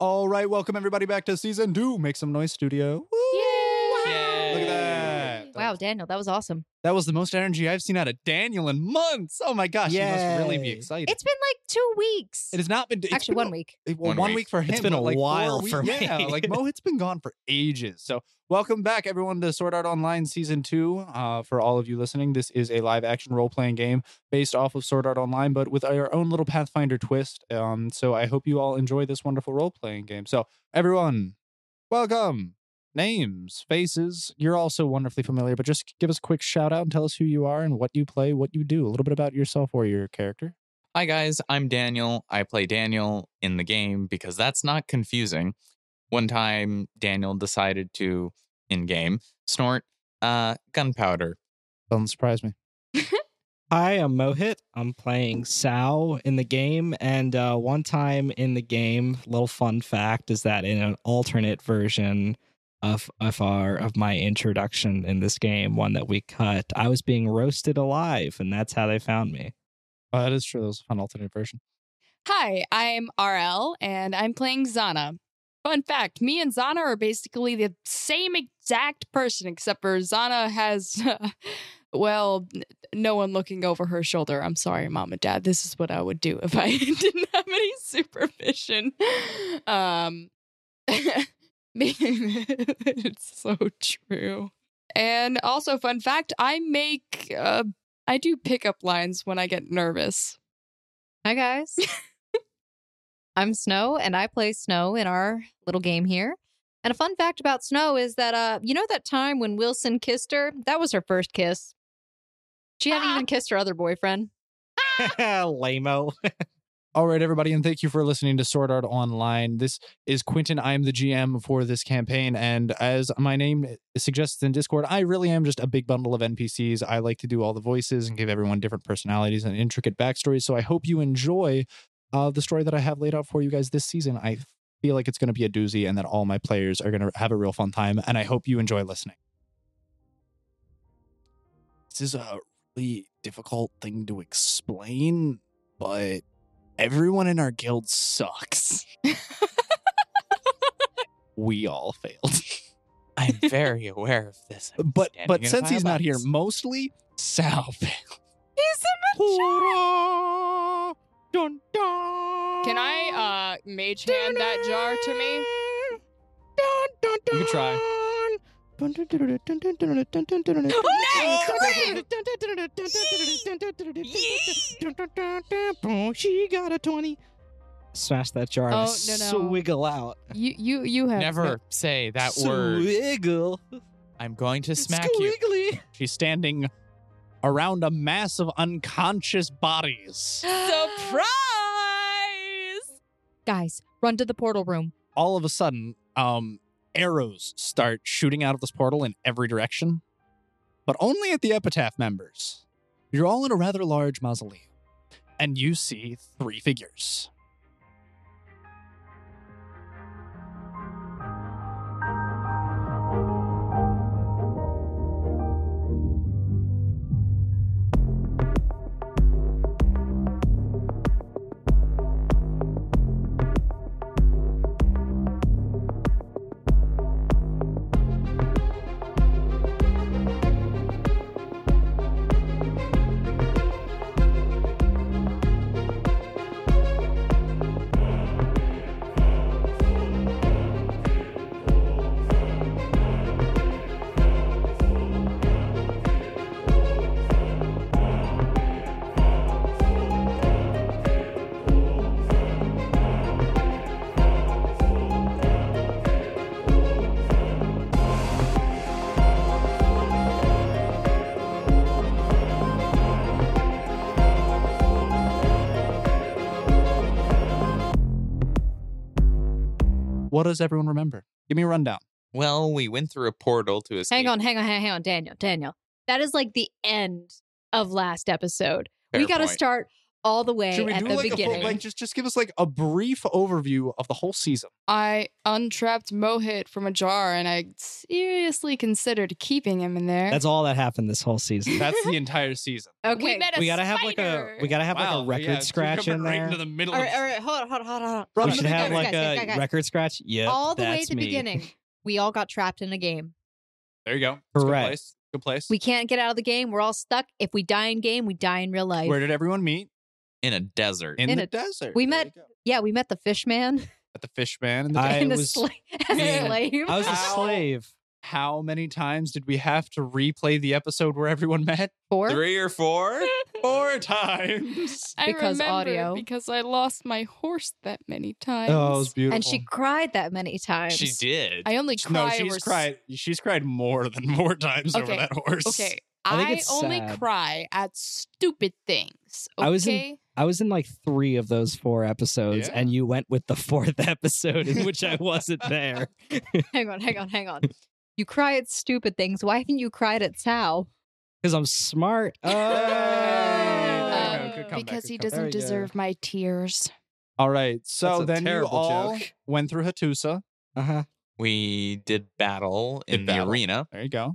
All right, welcome everybody back to season two. Make some noise, studio. Woo! Yay! Look at that. Wow, Daniel, that was awesome. That was the most energy I've seen out of Daniel in months. Oh my gosh, he must really be Yay. excited. It's been like two weeks. it has not been it's Actually, been one a- week. Well, one, One week. week. for him. It's been but a like four while weeks- for me. Yeah, like Mo, it's been gone for ages. So welcome back, everyone, to Sword Art Online Season Two. Uh, for all of you listening, this is a live-action role-playing game based off of Sword Art Online, but with our own little Pathfinder twist. Um, so I hope you all enjoy this wonderful role-playing game. So everyone, welcome. Names, faces, you're also wonderfully familiar, but just give us a quick shout out and tell us who you are and what you play, what you do, a little bit about yourself or your character. Hi guys, I'm Daniel. I play Daniel in the game because that's not confusing. One time, Daniel decided to, in game, snort uh, gunpowder. Doesn't surprise me. Hi, I'm Mohit. I'm playing Sal in the game. And uh, one time in the game, little fun fact is that in an alternate version of of our of my introduction in this game, one that we cut, I was being roasted alive, and that's how they found me. Oh, that is true. That was a fun alternate version. Hi, I'm RL and I'm playing Zana. Fun fact me and Zana are basically the same exact person, except for Zana has, well, n- no one looking over her shoulder. I'm sorry, mom and dad. This is what I would do if I didn't have any supervision. Um, it's so true. And also, fun fact I make, uh, I do pickup lines when I get nervous. Hi, guys. I'm Snow, and I play Snow in our little game here. And a fun fact about Snow is that, uh, you know, that time when Wilson kissed her? That was her first kiss. She hadn't Ah. even kissed her other boyfriend. Lamo. All right, everybody, and thank you for listening to Sword Art Online. This is Quentin. I am the GM for this campaign, and as my name suggests in Discord, I really am just a big bundle of NPCs. I like to do all the voices and give everyone different personalities and intricate backstories. So I hope you enjoy uh, the story that I have laid out for you guys this season. I feel like it's going to be a doozy, and that all my players are going to have a real fun time. And I hope you enjoy listening. This is a really difficult thing to explain, but everyone in our guild sucks. we all failed. I'm very aware of this. I'm But standing but in since my he's not here, lights. mostly Sal failed. He's a Can Can I uh mage hand that jar to me? You can try. Oh, She got a 20. Smash that jar Oh, and no, no. swiggle out. You you you have Never say that word. Swiggle. I'm going to smack you. Squiggly. She's standing around a mass of unconscious bodies. surprise. Guys, run to the portal room. All of a sudden, um, arrows start shooting out of this portal in every direction, but only at the epitaph members. You're all in a rather large mausoleum, and you see three figures. What does everyone remember? Give me a rundown. Well, we went through a portal to escape. Hang on, hang on, hang on, hang on, Daniel, Daniel. That is like the end of last episode. Fair we got to point. start all the way Should we at do the like a full, beginning. like just just give us like a brief overview of the whole season? I untrapped Mohit from a jar and I seriously considered keeping him in there. That's all that happened this whole season. That's the entire season. okay. We met a we gotta have like a spider. we gotta have Wow, like a record yeah, it's scratch jumping in right there. into the middle. all of- right, all right, hold on, hold on, hold on, hold on. Brother, we should guys, have like guys, a guys, guys. record scratch. Yeah, all the way that's to the me. beginning. We all got trapped in a game. There you go. It's a Good Correct. place. Good place. We can't get out of the game. We're all stuck. If we die in game, we die in real life. Where did everyone meet? in a desert. In, In the a- desert. we There met- you go. yeah, we met the fish man at the fish man. And the I and the was- sla- as a Yeah. slave. I was a Ow. slave. How many times did we have to replay the episode where everyone met? Four. Three or four? Four times. I Because remember audio. because I lost my horse that many times. Oh, it was beautiful. And she cried that many times. She did. I only cried. no, over she's s- cried. She's cried more than four times over Okay, that horse. Okay, I I, think it's only sad. cry at stupid things. Okay, I was in- I was in like three of those four episodes, Yeah. and you went with the fourth episode in which I wasn't there. hang on, hang on, hang on. You cry at stupid things. Why haven't you cried at Sal? Because I'm smart. Oh. There you go. Good Um, comeback, because good he comeback. doesn't Very good. deserve my tears. All right. So a then you terrible all joke. went through Hattusa. Uh-huh. We did battle Did in the battle. arena. There you go.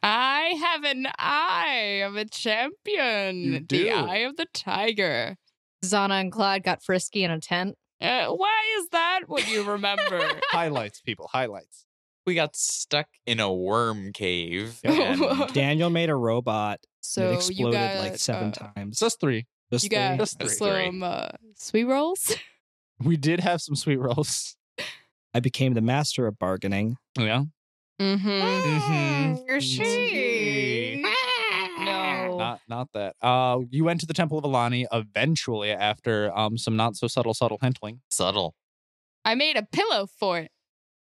I have an eye of a champion. You do. The eye of the tiger. Zana and Clyde got frisky in a tent. Uh, why is that what you remember? Highlights, people. Highlights. We got stuck in a worm cave. Yep. and Daniel made a robot. so it exploded you got like seven uh, times. It's us three. Just You got three. Just three. some uh, sweet rolls. We did have some sweet rolls. I became the master of bargaining. Yeah. Mm-hmm. Mhm. You're she. No. Not not that. Uh you went to the Temple of Alani eventually after um some not so subtle subtle hintling. subtle. I made a pillow for it.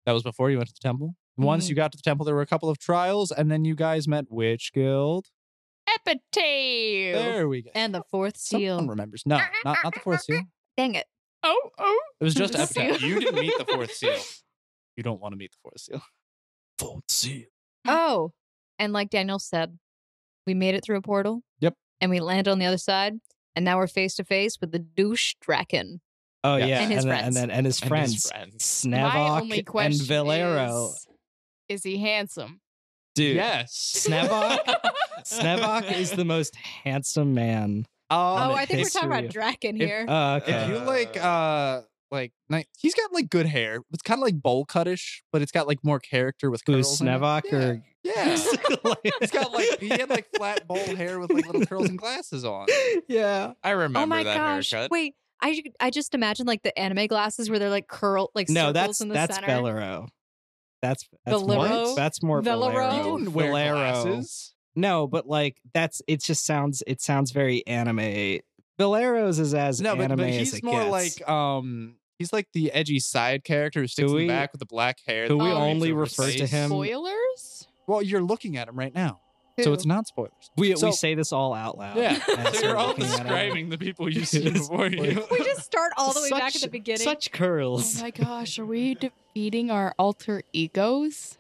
That was before you went to the temple. Once Mhm. you got to the temple, there were a couple of trials, and then you guys met Witch Guild. Epitaph. There we go. And the fourth seal. Someone remembers. No, not, not the fourth seal. Dang it. Oh, oh. It was just The Epitaph. seal. You didn't meet the fourth seal. You don't want to meet the fourth seal. Fold seal. Oh. And like Daniel said, we made it through a portal. Yep. And we landed on the other side. And now we're face to face with the douche draken. Oh Yeah. yeah, And his then- friends. then and his friends, My Snavok only and question Valero. is, is he handsome? Dude, Yes. Snavok, Snavok is the most handsome man. Um, Oh, it I think we're tastes talking about surreal. draken If- here. Oh, if okay. you like, uh, like ni- he's got like good hair. It's kind of like bowl cutish, but it's got like more character with Who, curls. in it. Snavok Yeah. or? Yeah. He's got like he had like flat bowl hair with like little curls and glasses on. yeah. I remember oh my that gosh. haircut. Wait. I, ju- I just imagine like the anime glasses where they're like curled like No, circles that's in the that's center. Valero. That's that's Valero? more that's more Valero? He Valero. didn't wear Valero. glasses. No, but like that's it. Just sounds it sounds very anime. Valero's is as No, but, anime but as he's it more gets. like um he's like the edgy side character who sticks Who in we- the back with the black hair. who that we waves only over refer to space. him- Spoilers? Well, you're looking at him right now, so it's not spoilers. we so- we say this all out loud. Yeah, as so you're we're all looking at him. describing the people you've seen Yes. before you. We just start all the way back at the Such- beginning. Such Oh curls. my gosh, are we defeating our alter egos?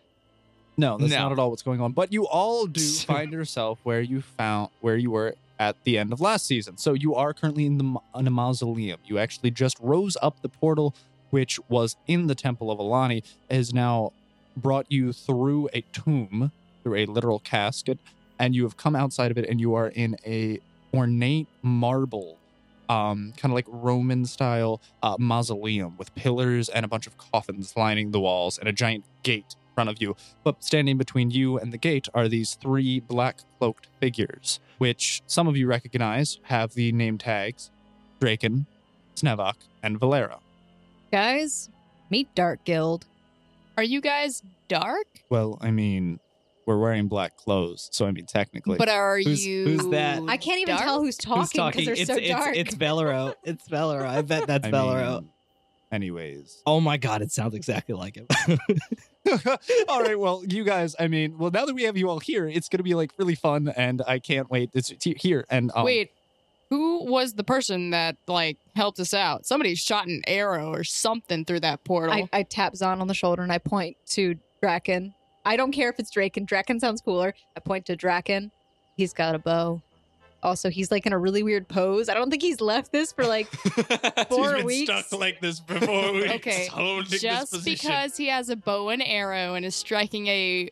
No, that's No. not at all what's going on. But you all do find yourself where you found where you were at the end of last season. So you are currently in the ma- in a mausoleum. You actually just rose up the portal, which was in the temple of Alani, has now brought you through a tomb, through a literal casket, and you have come outside of it, and you are in a ornate marble. Um, kind of like Roman style uh, mausoleum with pillars and a bunch of coffins lining the walls and a giant gate in front of you but standing between you and the gate are these three black cloaked figures, which some of you recognize have the name tags Draken, Snevok, and Valera. Guys, meet Dark Guild. Are you guys dark? Well, I mean, we're wearing black clothes, so I mean, technically. But are Who's- you. who's that? I can't even dark? tell who's Who's Oh talking because they're it's, so it's, dark. It's Valero. It's Valero. I bet that's I Valero. mean, anyways. Oh my god, it sounds exactly like him. all right, well, you guys, I mean, well, now that we have you all here, it's going to be like really fun, and I can't wait. It's it's here. And um, Wait, who was the person that, like, helped us out? Somebody shot an arrow or something through that portal. I, I tap Zahn on the shoulder and I point to Draken. I don't care if it's Draken. Draken sounds cooler. I point to Draken. He's got a bow. Also, he's like in a really weird pose. I don't think he's left this for like He's four been weeks. stuck like this before. We Okay, holding this Just position. because he has a bow and arrow and is striking a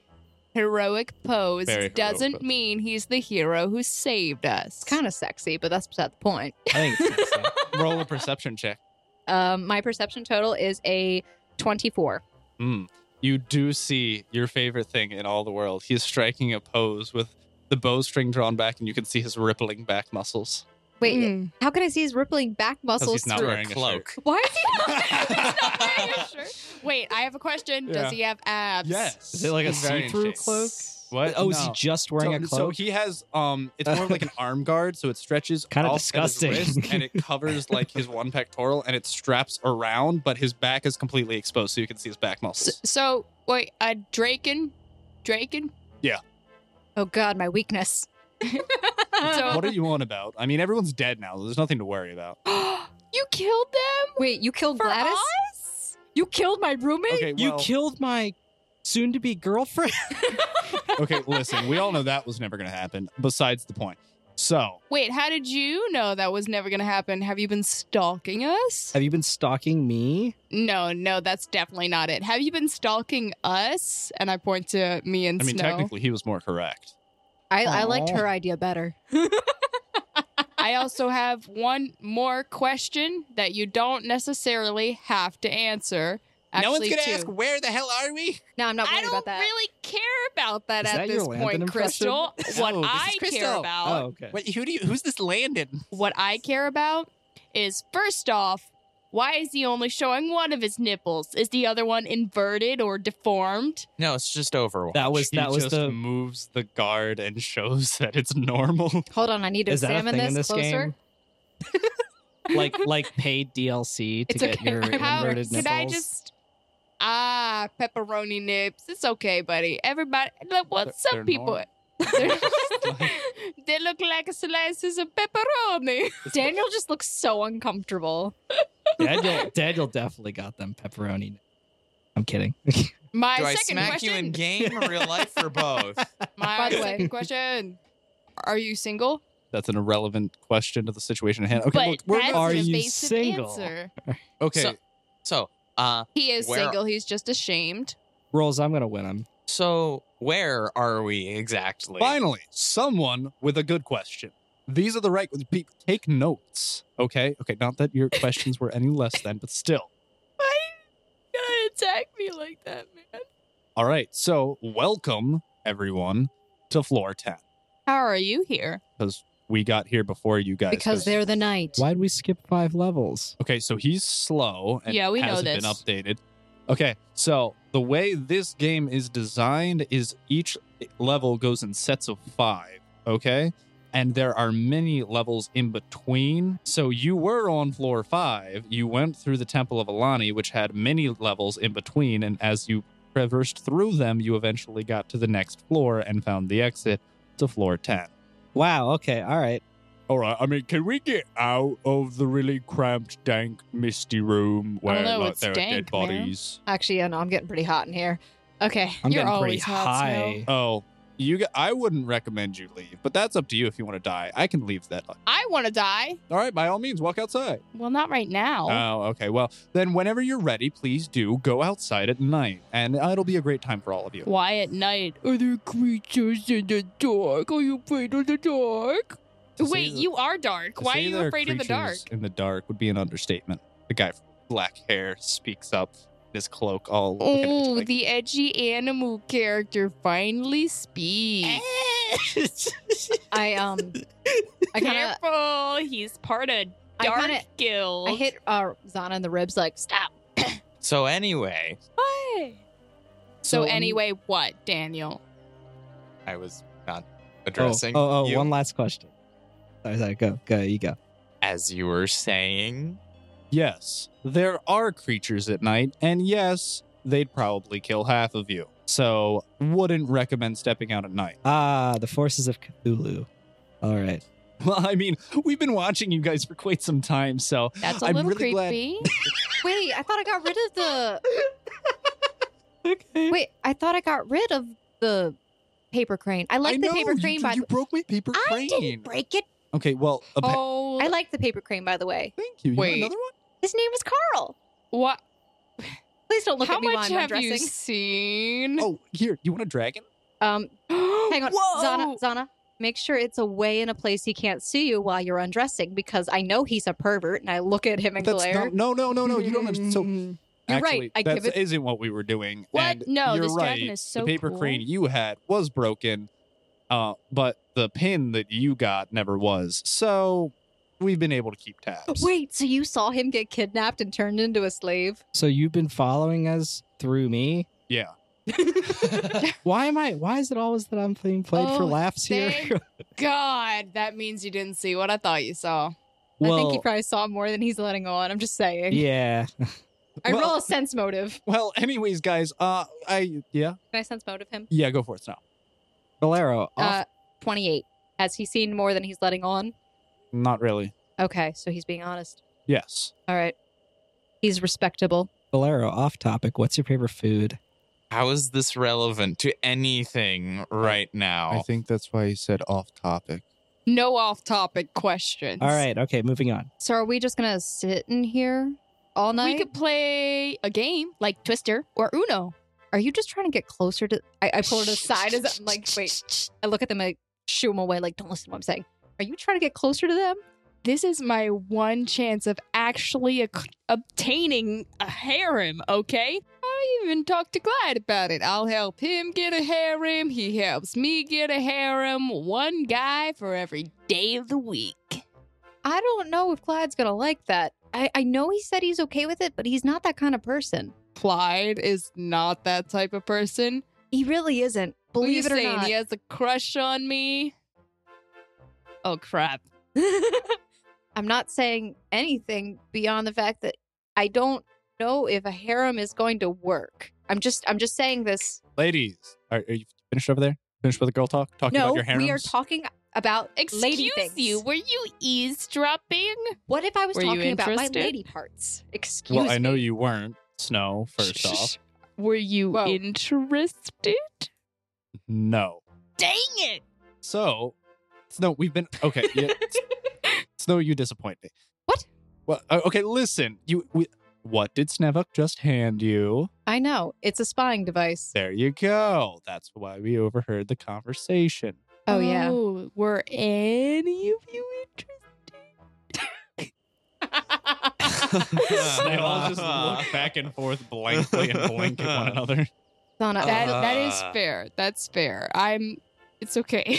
heroic pose Very heroic doesn't pose. mean he's the hero who saved us. it's kind of sexy, but that's beside the point. I think it's sexy. Roll a perception check. Um, my perception total is a 24. Mm. You do see your favorite thing in all the world. He is striking a pose with the bowstring drawn back, and you can see his rippling back muscles. Wait, Hmm. how can I see his rippling back muscles he's not through? wearing- a a shirt. cloak. Why is he not? Wait, I have a question. Does Yeah. he have abs? Is it like a He's very in see-through shape. cloak? What? Oh, is he No. just wearing so, a cloak? So he has um, it's more of like an arm guard, so it stretches Kinda off at his disgusting. wrist, and it covers like his one pectoral, and it straps around, but his back is completely exposed, so you can see his back So, muscles. so wait, uh, Draken, Draken. Oh God, my weakness. So- what are you on about? I mean, everyone's dead now. There's nothing to worry about. you killed them Wait, you killed for Gladys? us? You killed my roommate? Okay, you well, killed my soon-to-be girlfriend. okay. Listen, we all know that was never going to happen. Besides the point. So Wait, how did you know that was never gonna happen? Have you been stalking us? Have you been stalking me? No, no, that's definitely not it. Have you been stalking us? And I point to me and I mean, Snow. technically, he was more correct. I, I liked Aw. her idea better. I also have one more question that you don't necessarily have to answer. Actually, two. where the hell are we? No, I'm not I worried don't about that. really care about that Is at that your this Landon point, impression? Crystal. what No, this is I care Crystal. about, Oh, okay. Wait, who do you? Who's this Landon? what I care about, is first off, why is he only showing one of his nipples? Is the other one inverted or deformed? No, it's just Overwatch. that was He that was just the. moves the guard and shows that it's normal. Hold on, I need to Is that a examine thing in this, this closer. game? like like paid DLC to It's get okay. your How- inverted nipples. could I just ah pepperoni nips? It's okay, buddy. Everybody, look, well, They're- some they're people. they look like slices of pepperoni. Daniel just looks so uncomfortable. Daniel, Daniel definitely got them pepperoni. nipples. I'm kidding. My Do I second smack question. you in game or real life or both? my By the way- second question. Are you single? That's an irrelevant question to the situation at hand. Okay, but look, we're that's not- Are an you evasive single? answer. okay. So, so, uh, He is Where- single. He's just ashamed. Rolls, I'm gonna win him. so where are we exactly? Finally, someone with a good question. These are the right people. Take notes, okay? Okay, not that your questions were any less than, but still. Why you gonna attack me like that, man? All right, so welcome everyone to floor ten How are you here? because we got here before you guys. Because they're the night. Why'd we skip five levels? Okay, so he's slow and Yeah, we know hasn't this. been updated. Okay, so the way this game is designed is each level goes in sets of five, okay? And there are many levels in between. So you were on floor five. You went through the Temple of Alani, which had many levels in between. And as you traversed through them, you eventually got to the next floor and found the exit to floor 10. Wow. Okay. All right. All right. I mean, can we get out of the really cramped, dank, misty room where know, like it's there are dead dank, man. bodies? Actually, yeah, no, I'm getting pretty hot in here. Okay. I'm You're getting pretty always hot, high. Oh, you. g- I wouldn't recommend you leave, but that's up to you if you want to die. I can leave that. All I want to die. right. By all means, walk outside. Well, not right now. Oh, okay. Well, then whenever you're ready, please do go outside at night, and uh, it'll be a great time for all of you. Why at night? Are there creatures in the dark? Are you afraid of the dark? To say Wait, that- you are dark. to Why are say you there afraid of the dark? creatures In the dark would be an understatement. The guy with black hair speaks up. His cloak all. looking at you Oh, like, the edgy animal character finally speaks. I um I kinda Careful, he's part of I Dark kinda- Guild. I hit uh, Zana in the ribs like stop. So anyway, um, Why? So, anyway, what, Daniel? I was not Oh, addressing. oh, oh, you. one last question. Sorry, sorry, go, go, you go. As you were saying, Yes, there are creatures at night, and yes, they'd probably kill half of you. So, wouldn't recommend stepping out at night. Ah, the forces of Cthulhu. All right. Well, I mean, we've been watching you guys for quite some time, so That's a I'm little really glad- creepy. Wait, I thought I got rid of the Okay. Wait, I thought I got rid of the paper crane. I like I the know, paper you- crane by you the broke my paper I crane. didn't break it. Okay, well, a pa- Oh, I like the paper crane, by the way. thank you. You want wait. another one? His name is Carl. what? Please don't look How at me while much I'm have you undressing. seen? Oh, here. You want a dragon? Um, hang on, Whoa! Zana. Zana, make sure it's away in a place he can't see you while you're undressing, because I know he's a pervert, and I look at him and That's glare. not, no, no, no, no. You don't understand. So Hmm. You're right, actually, I that give it- isn't what we were doing. What? and No, you're this right. dragon is so the paper cool. crane you had was broken, uh, but the pin that you got never was. So we've been able to keep tabs. Wait, so you saw him get kidnapped and turned into a slave? So you've been following us through me. Yeah. Why am I? Why is it always that I'm being played for Oh, laughs thank here? God, that means you didn't see what I thought you saw. I think he probably saw more than he's letting on. I'm just saying. yeah. I Well- roll a sense motive. Well, anyways, guys. Uh, I yeah, Can I sense motive him? yeah. Go for it now. Valero, off- Uh, 28. Has he seen more than he's letting on? Not really. Okay, so he's being honest. Yes. All right. He's respectable. Valero, off topic. What's your favorite food? How is this relevant to anything right now? I think that's why he said off topic. No off-topic questions. All right. Okay. Moving on. So are we just going to sit in here all night? we could play a game like Twister or Uno. Are you just trying to get closer to. I, I pull it aside as I'm like, wait. I look at them, I shoo them away, like, don't listen to what I'm saying. Are you trying to get closer to them? This is my one chance of actually ac- obtaining a harem. Okay, I even talked to Clyde about it. I'll help him get a harem. He helps me get a harem. One guy for every day of the week. I don't know if Clyde's going to like that. I, I know he said he's okay with it, but he's not that kind of person. Clyde is not that type of person. He really isn't. What are you Believe it or saying? not. He has a crush on me. Oh crap! I'm not saying anything beyond the fact that I don't know if a harem is going to work. I'm just I'm just saying this. Ladies, are, are you finished over there? Finished with the girl talk? Talking no, about your harems? we are talking about Excuse lady things. you, were you eavesdropping? What if I was Were you talking about my interested? lady parts? Excuse Well, me. I know you weren't. Snow. First off, Were you Whoa. interested? no. Dang it! So, Snow, we've been okay. Yeah, S- Snow, you disappoint me. What? Well, uh, okay. Listen, you. We, what did Snevuk just hand you? I know it's a spying device. There you go. That's why we overheard the conversation. Oh yeah. Were any of you interested? they all just look back and forth blankly and blink at one another. Donna, that, uh, that is Uh. fair. That's fair. I'm. It's okay.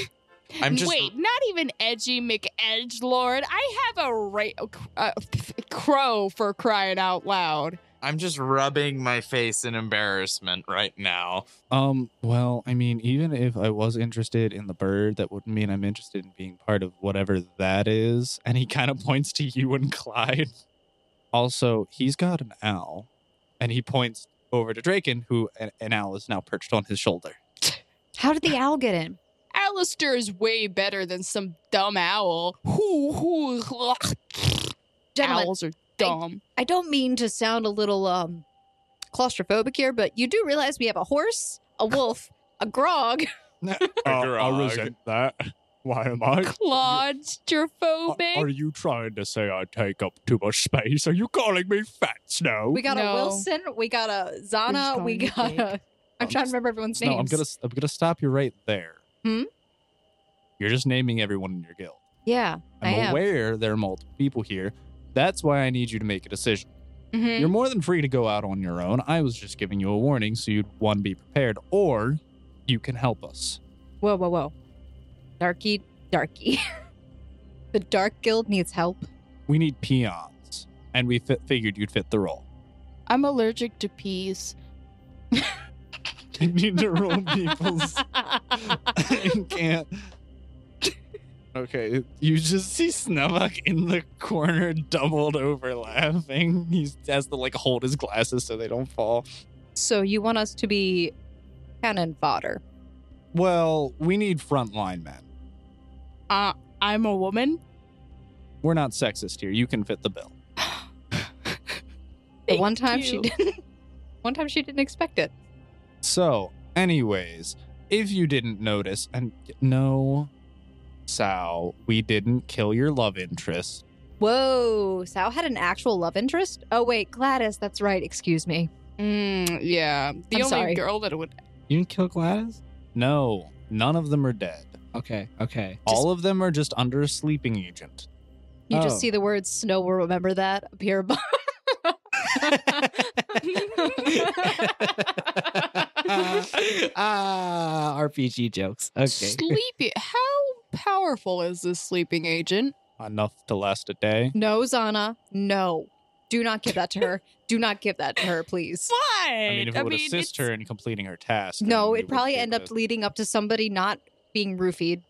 I'm just- Wait, not even edgy McEdgelord. I have a ra- uh, crow for crying out loud. I'm just rubbing my face in embarrassment right now. Um. Well, I mean, even if I was interested in the bird, that wouldn't mean I'm interested in being part of whatever that is. And he kind of points to you and Clyde. Also, he's got an owl, and he points over to Draken, who an, an owl is now perched on his shoulder. how did the owl get in? Alistair is way better than some dumb owl. Hoo hoo. ugh. Gentlemen, Owls are dumb. I don't mean to sound a little um claustrophobic here, but you do realize we have a horse, a wolf, a grog. Grog. that. Why am I? Claustrophobic. you trying to say I take up too much space? Are you calling me fat, Snow? We got a No. Wilson. We got a Zana. We We're just got calling you a. I'm trying to remember everyone's Snow, names. I'm gonna I'm gonna stop you right there. Hmm? You're just naming everyone in your guild. Yeah, I I'm am. aware there are multiple people here. That's why I need you to make a decision. Mm. Mhm. You're more than free to go out on your own. I was just giving you a warning so you'd one be prepared, or you can help us. Whoa, whoa, whoa, Darky, Darky. the Dark Guild needs help. We need peons, and we fi- figured you'd fit the role. I'm allergic to peas. You need to roll people's. you can't. Okay, you just see Snubuck in the corner, doubled over, laughing. He has to like hold his glasses so they don't fall. So you want us to be cannon fodder? Well, we need frontline men. Uh, I'm a woman. We're not sexist here. You can fit the bill. The Thank one time she you. didn't. One time she didn't expect it. So, anyways, if you didn't notice, and no, Sal, we didn't kill your love interest. Whoa, Sal had an actual love interest? Oh, wait, Gladys, that's right. Excuse me. Mm, yeah. The I'm only sorry. girl that would. You didn't kill Gladys? No, none of them are dead. Okay, okay. All of them are just under a sleeping agent. You Oh. just see the words Snow will remember that appear above. Uh, Ah, RPG jokes. Okay. Sleepy. How powerful is this sleeping agent? Enough to last a day. No, Zana, no. Do not give that to her. Do not give that to her, please. What? I mean, if it would assist her in completing her task. No, then it'd we would probably do end up this. leading up to somebody not being roofied.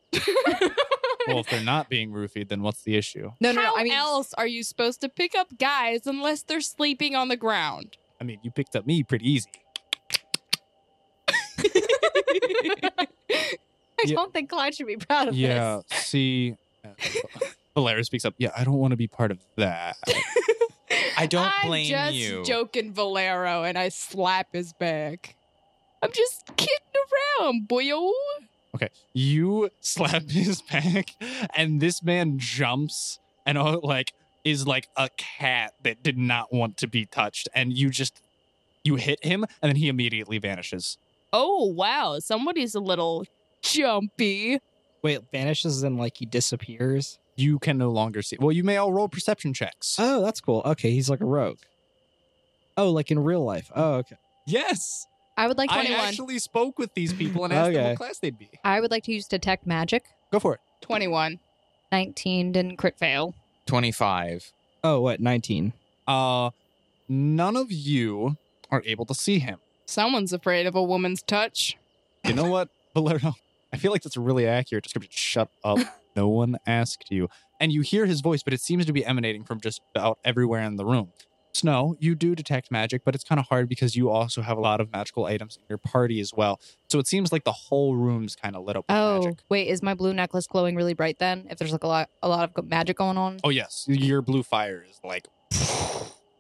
well, if they're not being roofied, then what's the issue? No, no, no, How I mean, else are you supposed to pick up guys unless they're sleeping on the ground? I mean, you picked up me pretty easy. I Yeah. don't think Clyde should be proud of Yeah, see. Polaris speaks up. Yeah, I don't want to be part of that. I don't I'm blame just you. joking, Valero, and I slap his back. I'm just kidding around, boyo. You slap his back, and this man jumps and uh, like is like a cat that did not want to be touched, and you just you hit him, and then he immediately vanishes. Oh wow, somebody's a little jumpy. Wait, vanishes and like he disappears. You can no longer see. Well, you may all roll perception checks. Oh, that's cool. Okay, he's like a rogue. Oh, like in real life. Oh, okay. yes, this. I would like I 21. I, actually spoke with these people and asked them Okay. what class they'd be. would like to use detect magic. Go for it. 21. 19 didn't crit fail. 25. Oh, what? 19. Uh, none of you are able to see him. Someone's afraid of a woman's touch. You know what, Valero? I feel like that's a really accurate description. Shut up. No one asked you. And you hear his voice, but it seems to be emanating from just about everywhere in the room. Snow, you do detect magic, but it's kind of hard because you also have a lot of magical items in your party as well. So it seems like the whole room's kind of lit up with Oh, magic. wait, is my blue necklace glowing really bright then? If there's like a lot, a lot of go- magic going on? Oh, yes. Your blue fire is like,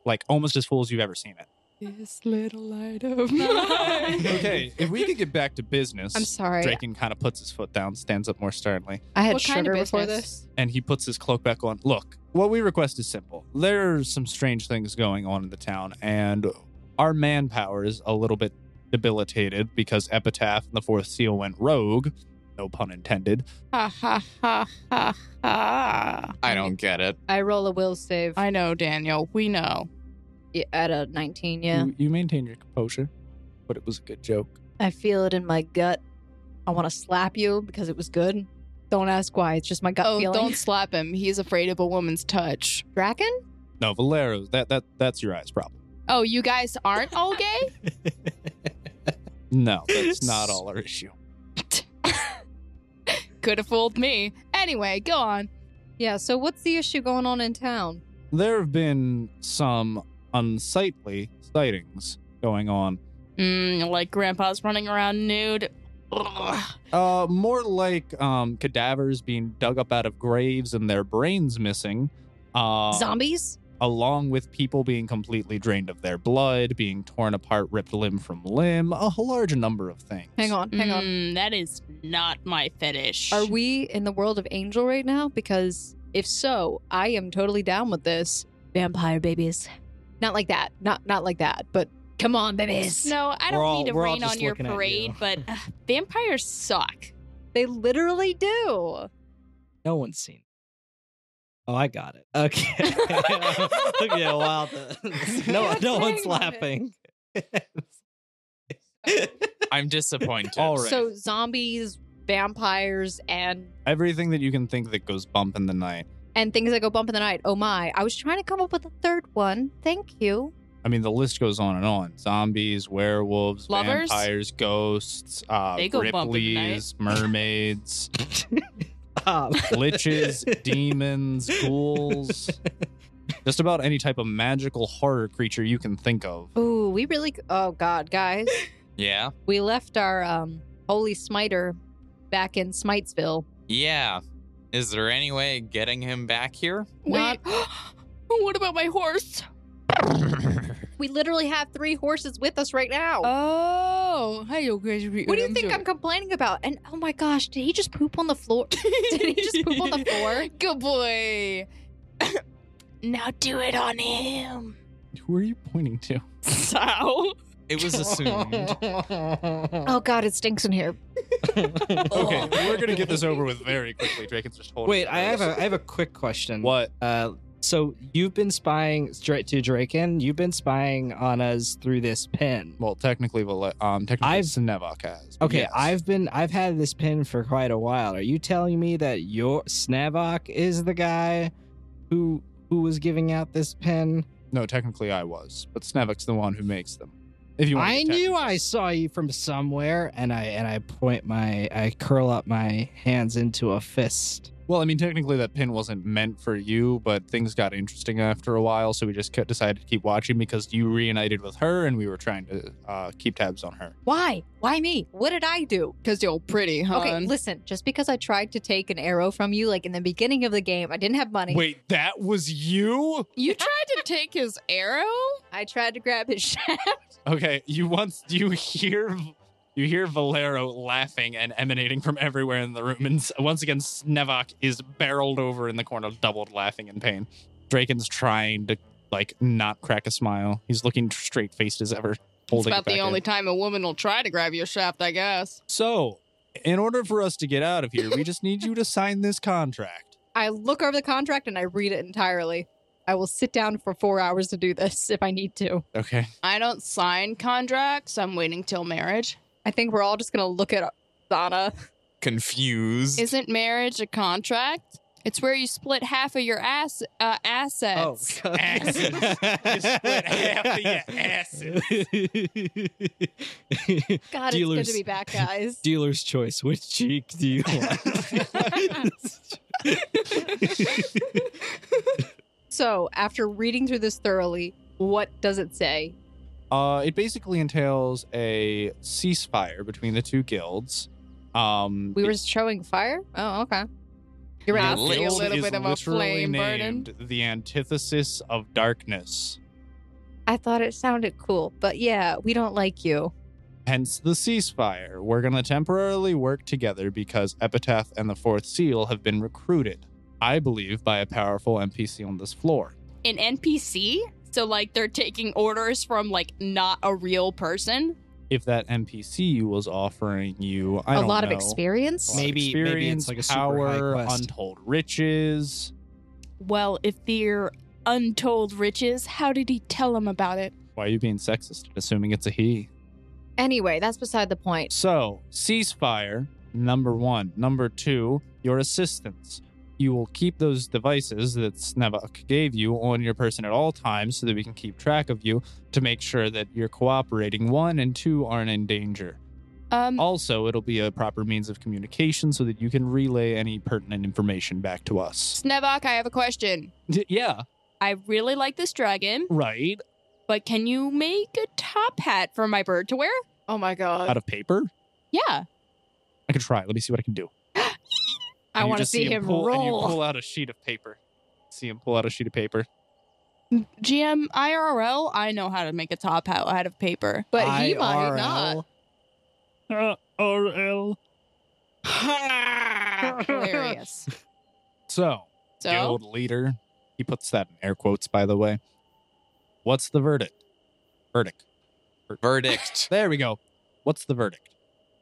like almost as full as you've ever seen it. This little light of mine. Okay, if we could get back to business. I'm sorry. Draken kind of puts his foot down, stands up more sternly. I had What kind sugar of before business? this. and he puts his cloak back on. Look, what we request is simple. There's some strange things going on in the town, and our manpower is a little bit debilitated because Epitaph and the Fourth Seal went rogue. No pun intended. ha ha ha ha ha. I don't get it. I roll a will save I know, Daniel. We know. i- at a 19, yeah. You, you maintain your composure, but it was a good joke. I feel it in my gut. I want to slap you because it was good. Don't ask why. It's just my gut oh, feeling. don't slap him. He's afraid of a woman's touch. Draken? No, Valero, that that that's your eyes problem. Oh, you guys aren't all gay? No, that's not all our issue. Could have fooled me. Anyway, go on. Yeah, so what's the issue going on in town? There have been some unsightly sightings going on. Mm, like grandpa's running around nude. Ugh. Uh, more like um, cadavers being dug up out of graves and their brains missing. Uh, Zombies? Along with people being completely drained of their blood, being torn apart, ripped limb from limb, a large number of things. Hang on, hang on. Mm, that is not my fetish. Are we in the world of Angel right now? Because if so, I am totally down with this. Vampire babies. Not like that. Not not like that. But come on, babies. No, I We're don't all- mean to we're all rain just on your looking at parade, you. but ugh, vampires suck. They literally do. No one's seen. it. Oh, I got it. Okay. Took me a while to- no, Stop no one's saying laughing. I'm disappointed. All right. So zombies, vampires, and Everything that you can think that goes bump in the night. and things that go bump in the night. Oh my. I was trying to come up with a third one. Thank you. I mean, the list goes on and on: zombies, werewolves, Lovers? vampires, ghosts, uh, They go bump in the night. Ripley's, mermaids, Um, liches, demons, ghouls. Just about any type of magical horror creature you can think of. Ooh, we really. Oh God, guys, Yeah. we left our um holy smiter back in Smitesville. Yeah. Is there any way of getting him back here? Wait. what about my horse? We literally have three horses with us right now. Oh, hi, you guys. what do you think I'm complaining about? And oh my gosh, did he just poop on the floor? Did he just poop on the floor? Good boy. now do it on him. Who are you pointing to? So It was assumed. Oh god, it stinks in here. Okay, we're gonna get this over with very quickly. Draken's just holding. Wait, it. I have a I have a quick question. what? Uh, so you've been spying straight to Draken. You've been spying on us through this pin. Well, technically, Vale- um, technically, I've- Snevok has. but Okay, yes. I've been I've had this pin for quite a while. Are you telling me that your Snavok is the guy who who was giving out this pin? no, technically, I was, but Snevok's the one who makes them. If you want, I knew I saw you from somewhere, and I and I point my I curl up my hands into a fist. Well, I mean, technically, that pin wasn't meant for you, but things got interesting after a while, so we just kept, decided to keep watching because you reunited with her, and we were trying to uh, keep tabs on her. Why? Why me? What did I do? because you're pretty, huh? Okay, listen, just because I tried to take an arrow from you, like in the beginning of the game, I didn't have money. Wait, that was you? you tried to take his arrow. I tried to grab his shaft. Okay, you once you hear you hear Valero laughing and emanating from everywhere in the room, and s- once again Snevok is barreled over in the corner, doubled laughing in pain. Draken's trying to like not crack a smile. He's looking straight faced as ever. It's Holding it about the back only in. time a woman will try to grab your shaft, I guess. So, in order for us to get out of here, we just need you to sign this contract. I look over the contract and I read it entirely. I will sit down for four hours to do this if I need to. Okay. I don't sign contracts. I'm waiting till marriage. I think we're all just gonna look at Zana. Confused. Isn't marriage a contract? It's where you split half of your ass uh, Oh, assets. Asses. You split Oh, half of your asses. God, it's Dealers. good to be back, guys. Dealer's choice. Which cheek do you want? so, after reading through this thoroughly, what does it say? Uh, it basically entails a ceasefire between the two guilds. Um, We were showing fire? Oh, okay. You're Yeah, right. I see a guild little is bit of a literally flame burden. named The antithesis of darkness, I thought it sounded cool, but yeah, we don't like you. hence the ceasefire. We're going to temporarily work together because Epitaph and the Fourth Seal have been recruited, I believe, by a powerful NPC on this floor. An NPC? So like they're taking orders from like not a real person. If that NPC was offering you, I A don't lot of know, a experience. lot of Maybe- maybe experience, it's like a super power, high quest. untold riches. Well, if they're untold riches, how did he tell him about it? Why are you being sexist? Assuming it's a he. Anyway, that's beside the point. So, ceasefire, number one. Number two, your assistance. You will keep those devices that Snevok gave you on your person at all times so that we can keep track of you to make sure that you're cooperating, one, and two aren't in danger. Um, Also, it'll be a proper means of communication so that you can relay any pertinent information back to us. Snevok, I have a question. D- yeah, I really like this dragon, right? but can you make a top hat for my bird to wear? Oh my Out Uh, god. of paper? Yeah. I can try. Let me see what I can do. I And you want to just see him pull, And you roll. pull out a sheet of paper. See him pull out a sheet of paper. GM IRL, I know how to make a top hat out of paper. But he might not. RL. Hilarious. So, So, guild leader. He puts that in air quotes, by the way. What's the verdict? Verdict. Verdict. There we go. What's the verdict?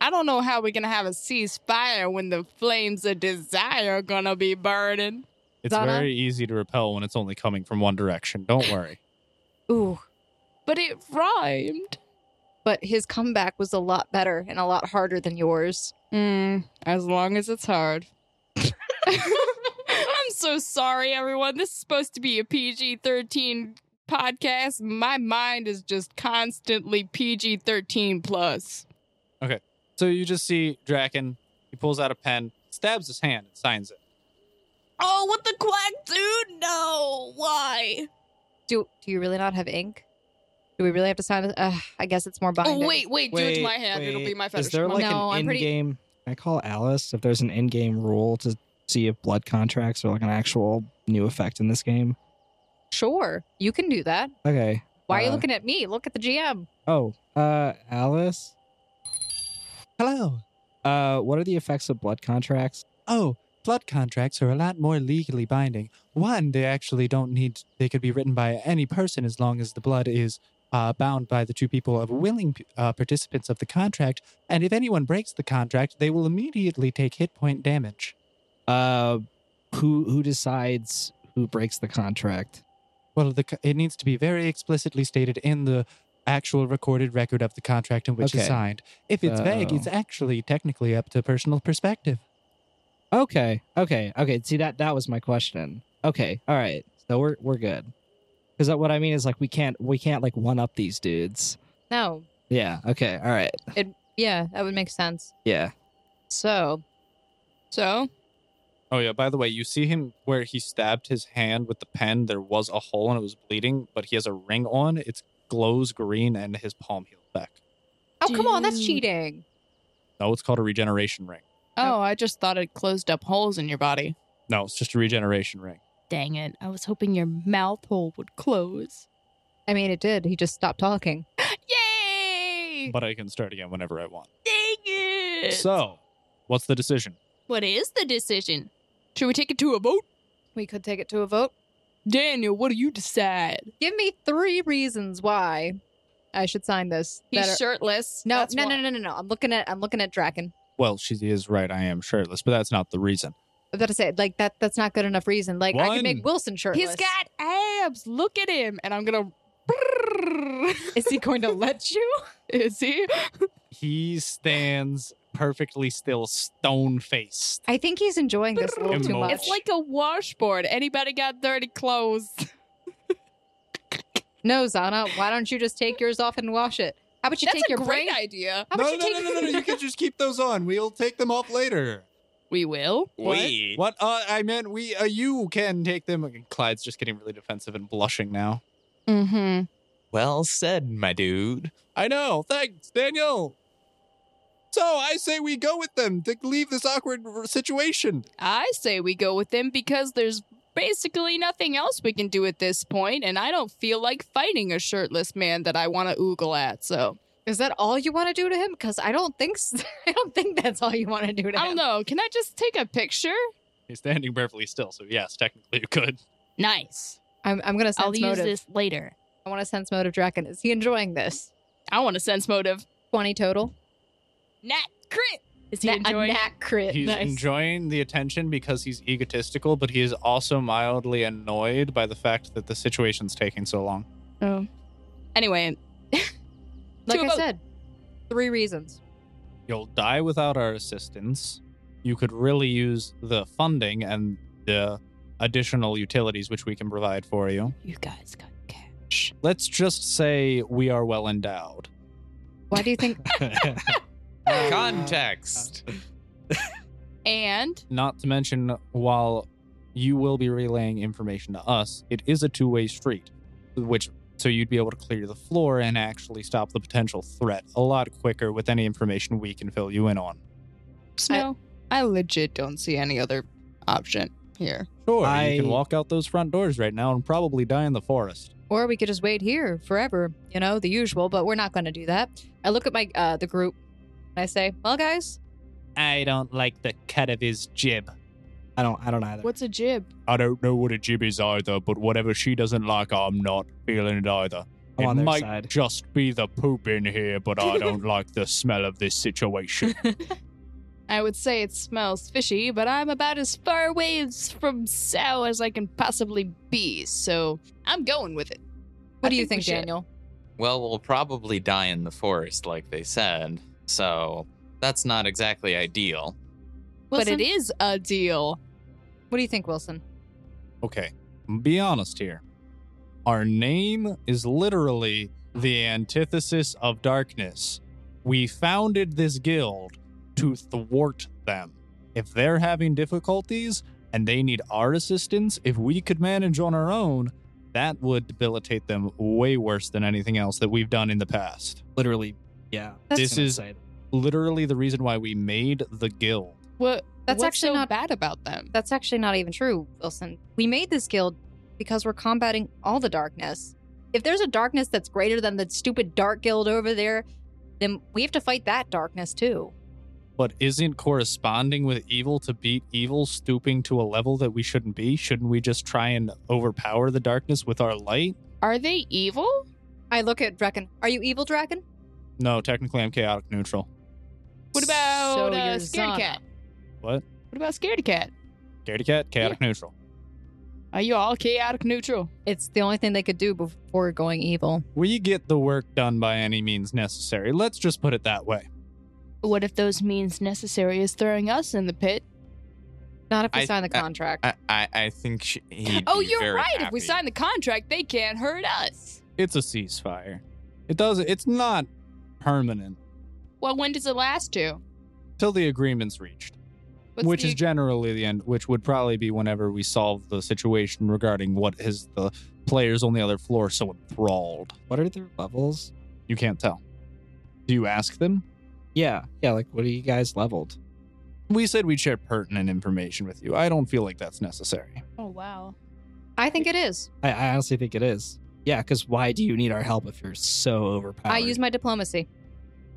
I don't know how we're going to have a ceasefire when the flames of desire are going to be burning. It's Zana? very easy to repel when it's only coming from one direction. Don't worry. Ooh. But it rhymed. But his comeback was a lot better and a lot harder than yours. Mm, as long as it's hard. I'm so sorry, everyone. This is supposed to be a PG 13 podcast. My mind is just constantly PG 13 plus. so you just see Draken. He pulls out a pen, stabs his hand, and signs it. Oh, what the quack, dude? No. Why? Do do you really not have ink? Do we really have to sign it? Uh, I guess it's more binding. Oh, wait, wait. do it to my hand. It'll be my fetish. Is there like No, an I'm in pretty- game? Can I call Alice if there's an in game rule to see if blood contracts are like an actual new effect in this game. Sure, you can do that. Okay. Why are you Uh, looking at me? Look at the GM. Oh, uh, Alice. Hello. Uh, what are the effects of blood contracts? Oh, blood contracts are a lot more legally binding. One, they actually don't need, they could be written by any person as long as the blood is uh, bound by the two people of willing uh, participants of the contract. And if anyone breaks the contract, they will immediately take hit point damage. Uh, who who decides who breaks the contract? Well, the, co- it needs to be very explicitly stated in the actual recorded record of the contract in which it's Okay. signed. If it's vague, it's So- actually technically up to personal perspective. Okay, okay, okay. See that that was my question. Okay, all right. So we're we're good. Because what I mean is like we can't we can't like one up these dudes. No. Yeah. Okay. All right. Yeah, that would make sense. Yeah. So, So Oh yeah. By the way, you see him where he stabbed his hand with the pen. There was a hole and it was bleeding, but he has a ring on. It glows green and his palm healed back. oh, come on, that's Dude. cheating. No, it's called a regeneration ring. oh, I just thought it closed up holes in your body. No, it's just a regeneration ring. Dang it. I was hoping your mouth hole would close. I mean, it did. He just stopped talking. Yay! But I can start again whenever I want. Dang it! So, what's the decision? what is the decision? Should we take it to a vote? We could take it to a vote. Daniel, what do you decide? Give me three reasons why I should sign this. He's that are- shirtless. no, That's no, why- no, no, no, no. I'm looking at I'm looking at Draken. Well, she is right. I am shirtless, but that's not the reason. I was about to say like that. That's not good enough reason. Like I can make One. Wilson shirtless. He's got abs. Look at him. And I'm gonna. Is he going to let you? Is he? He stands perfectly still, stone faced. I think he's enjoying this a little too Emotional. much. It's like a washboard. Anybody got dirty clothes? no, Zana. Why don't you just take yours off and wash it? How about you That's a take your great brain? idea. How about No, no, you no, take? no, no, no. You can just keep those on. We'll take them off later. We will. We. What? Uh, I meant we. Uh, you can take them. And Clyde's just getting really defensive and blushing now. Mm-hmm. Well said, my dude. I know. Thanks, Daniel. So I say we go with them to leave this awkward r- situation. I say we go with him because there's basically nothing else we can do at this point, and I don't feel like fighting a shirtless man that I want to oogle at. So Is that all you want to do to him? Because I don't think s- I don't think that's all you want to do to him. I don't know. Can I just take a picture? He's standing perfectly still, so yes, technically you could. Nice. I'm, I'm gonna sense I'll use motive. this later. I want to sense motive. Draken, is he enjoying this? I want a sense motive. Twenty total. Nat crit. Is Nat- a nat crit. He's nice. enjoying the attention because he's egotistical, but he is also mildly annoyed by the fact that the situation's taking so long. Oh. Anyway, like to a I vote. said, three reasons. You'll die without our assistance. You could really use the funding and the additional utilities which we can provide for you. you guys got cash. Let's just say we are well endowed. Why do you think? Oh. Context. And Not to mention, while you will be relaying information to us, it is a two way street, which so you'd be able to clear the floor and actually stop the potential threat a lot quicker with any information we can fill you in on. Snow. I, legit don't see any other option here. Sure, I- you can walk out those front doors right now and probably die in the forest. or we could just wait here forever. You know, the usual. But we're not gonna do that. I look at my uh, the group. and I say, well, guys, I don't like the cut of his jib. I don't. I don't either. What's a jib? I don't know what a jib is either, but whatever she doesn't like, I'm not feeling it either. I'm it on their might side. just be the poop in here, but I don't like the smell of this situation. I would say it smells fishy, but I'm about as far away as from sow as I can possibly be, so I'm going with it. what I do you think we think, should. Daniel? Well, we'll probably die in the forest, like they said. So that's not exactly ideal. But it is a deal. What do you think, Wilson? okay, be honest here. Our name is literally the antithesis of darkness. We founded this guild to thwart them. If they're having difficulties and they need our assistance, if we could manage on our own, that would debilitate them way worse than anything else that we've done in the past. Literally. Yeah. That's- This gonna is- say that. Literally, the reason why we made the guild. What? That's what's actually so not- bad about them. That's actually not even true, Wilson. We made this guild because we're combating all the darkness. if there's a darkness that's greater than the stupid dark guild over there, then we have to fight that darkness too. But isn't corresponding with evil to beat evil stooping to a level that we shouldn't be? Shouldn't we just try and overpower the darkness with our light? Are they evil? I look at Draken. Are you evil, Draken? No, technically I'm chaotic neutral. What about So uh, you're Scared Zana. Cat? What? What about Scared Cat? Scaredy cat, chaotic neutral. Are you all chaotic neutral? It's the only thing they could do before going evil. We get the work done by any means necessary. Let's just put it that way. What if those means necessary is throwing us in the pit? Not if we I- sign the I- contract. I, I, I think she, he'd Oh, be you're very right. If we happy. sign the contract, they can't hurt us. It's a ceasefire. It does it's not permanent Well, when does it last to? till the agreement's reached. What's which the- is generally the end, which would probably be whenever we solve the situation regarding what is the players on the other floor so enthralled. What are their levels? You can't tell. Do you ask them? Yeah, yeah. Like, what are you guys leveled? We said we'd share pertinent information with you. I don't feel like that's necessary. oh wow. I think it is. I, I honestly think it is. Yeah, because why do you need our help if you're so overpowered? I use my diplomacy.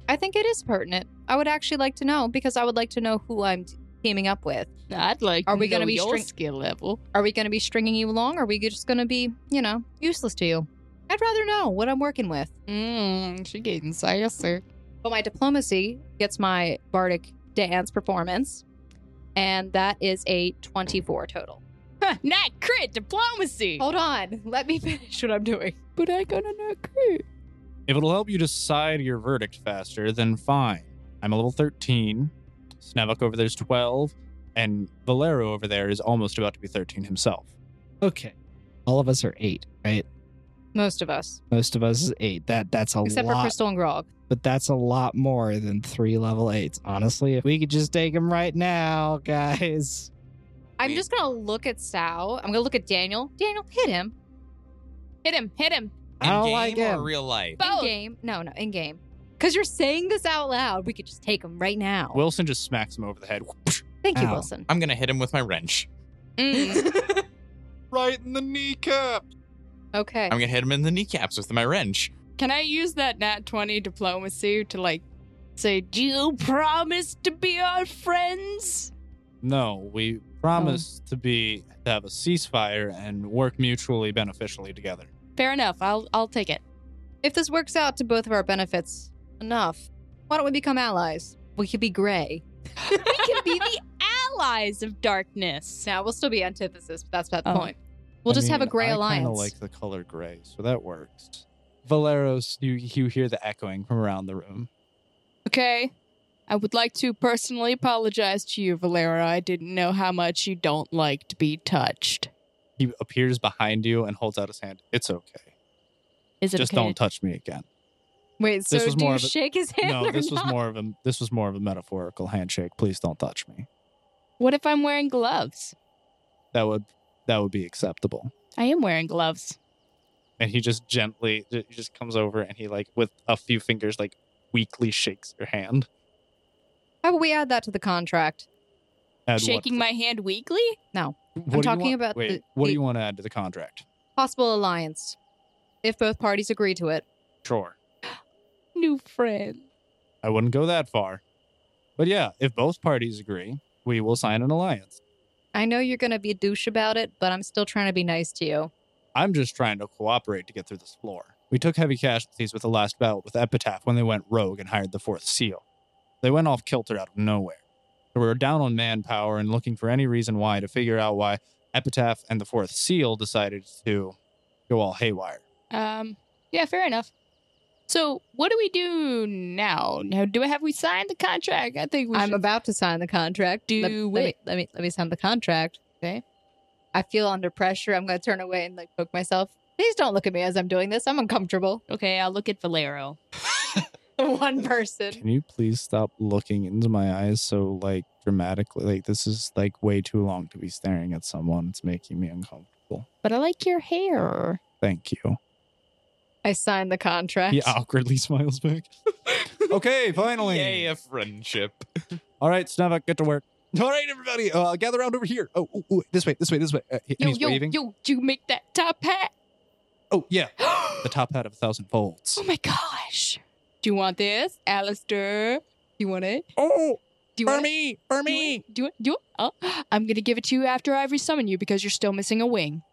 I think it is pertinent. I would actually like to know because I would like to know who I'm t- teaming up with. I'd like. Are to we gonna know be your string- skill level? Are we going to be stringing you along? Or are we just going to be, you know, useless to you? I'd rather know what I'm working with. Mmm. She getting sassy. But my diplomacy gets my bardic dance performance, and that is a 24 total. Not crit diplomacy. Hold on, let me finish what I'm doing. but I gonna not crit. If it'll help you decide your verdict faster, then fine. I'm a level 13. Snevok over there's 12. And Valero over there is almost about to be 13 himself. Okay, all of us are eight, right? Most of us, Most of us is eight. That that's a except for lot, Crystal and Grog. but that's a lot more than three level eights. Honestly, if we could just take them right now, guys. I'm We- just gonna look at Sal. I'm gonna look at Daniel. Daniel, hit him. Hit him. Hit him. I in don't game like or him. real life. Both. In game. No, no, in game. Because you're saying this out loud. We could just take him right now. Wilson just smacks him over the head. Thank you, Ow. Wilson. I'm gonna hit him with my wrench. Mm. Right in the kneecap. okay. I'm gonna hit him in the kneecaps with my wrench. Can I use that nat 20 diplomacy to like say, do you promise to be our friends? No, we promise to be to have a ceasefire and work mutually beneficially together. Fair enough. I'll I'll take it. If this works out to both of our benefits enough, why don't we become allies? We could be gray. We can be the allies of darkness. Now we'll still be antithesis, but that's about the Oh. point. We'll I just have a mean, gray I kind of alliance. like the color gray, so that works. Valeros, you you hear the echoing from around the room. Okay. I would like to personally apologize to you, Valera. I didn't know how much you don't like to be touched. He appears behind you and holds out his hand. It's okay. Is it Just okay? don't touch me again. Wait, so was do more you of a- shake his hand? No, or this was not? more of a this was more of a metaphorical handshake. Please don't touch me. what if I'm wearing gloves? That would that would be acceptable. I am wearing gloves. And he just gently he just comes over and he like with a few fingers like weakly shakes your hand. How about we add that to the contract? Add what- Shaking my hand weekly? what do you talking want- about Wait, the- what do the- you want to add to the contract? Possible alliance. If both parties agree to it. Sure. New friend. I wouldn't go that far. But yeah, if both parties agree, we will sign an alliance. I know you're going to be a douche about it, but I'm still trying to be nice to you. I'm just trying to cooperate to get through this floor. We took heavy casualties with the last bout with Epitaph when they went rogue and hired the fourth seal. They went off kilter out of nowhere. So we were down on manpower and looking for any reason why to figure out why Epitaph and the fourth seal decided to go all haywire. Um, yeah, fair enough. So, what do we do now? Now, do I have we signed the contract? I think we I'm should. about to sign the contract. Do let, Let me, it. let me let me sign the contract. Okay. I feel under pressure. I'm going to turn away and like poke myself. Please don't look at me as I'm doing this. I'm uncomfortable. okay, I'll look at Valero. One person. Can you please stop looking into my eyes so like dramatically? Like this is like way too long to be staring at someone. It's making me uncomfortable. But I like your hair. Thank you. I signed the contract. He awkwardly smiles back. okay, finally. Yay, a friendship. All right, Snavok, get to work. All right, everybody, uh, gather around over here. Oh, ooh, ooh, this way, this way, this way. Uh, and Yo, he's yo, waving. yo, do you make that top hat? Oh, yeah. The oh top hat of a thousand folds. my gosh. Do you want this, Alistair? Do you want it? Oh, Do you for want it? me, for Do me. it? Do it? Do it? Oh, I'm gonna give it to you after I resummon you because you're still missing a wing.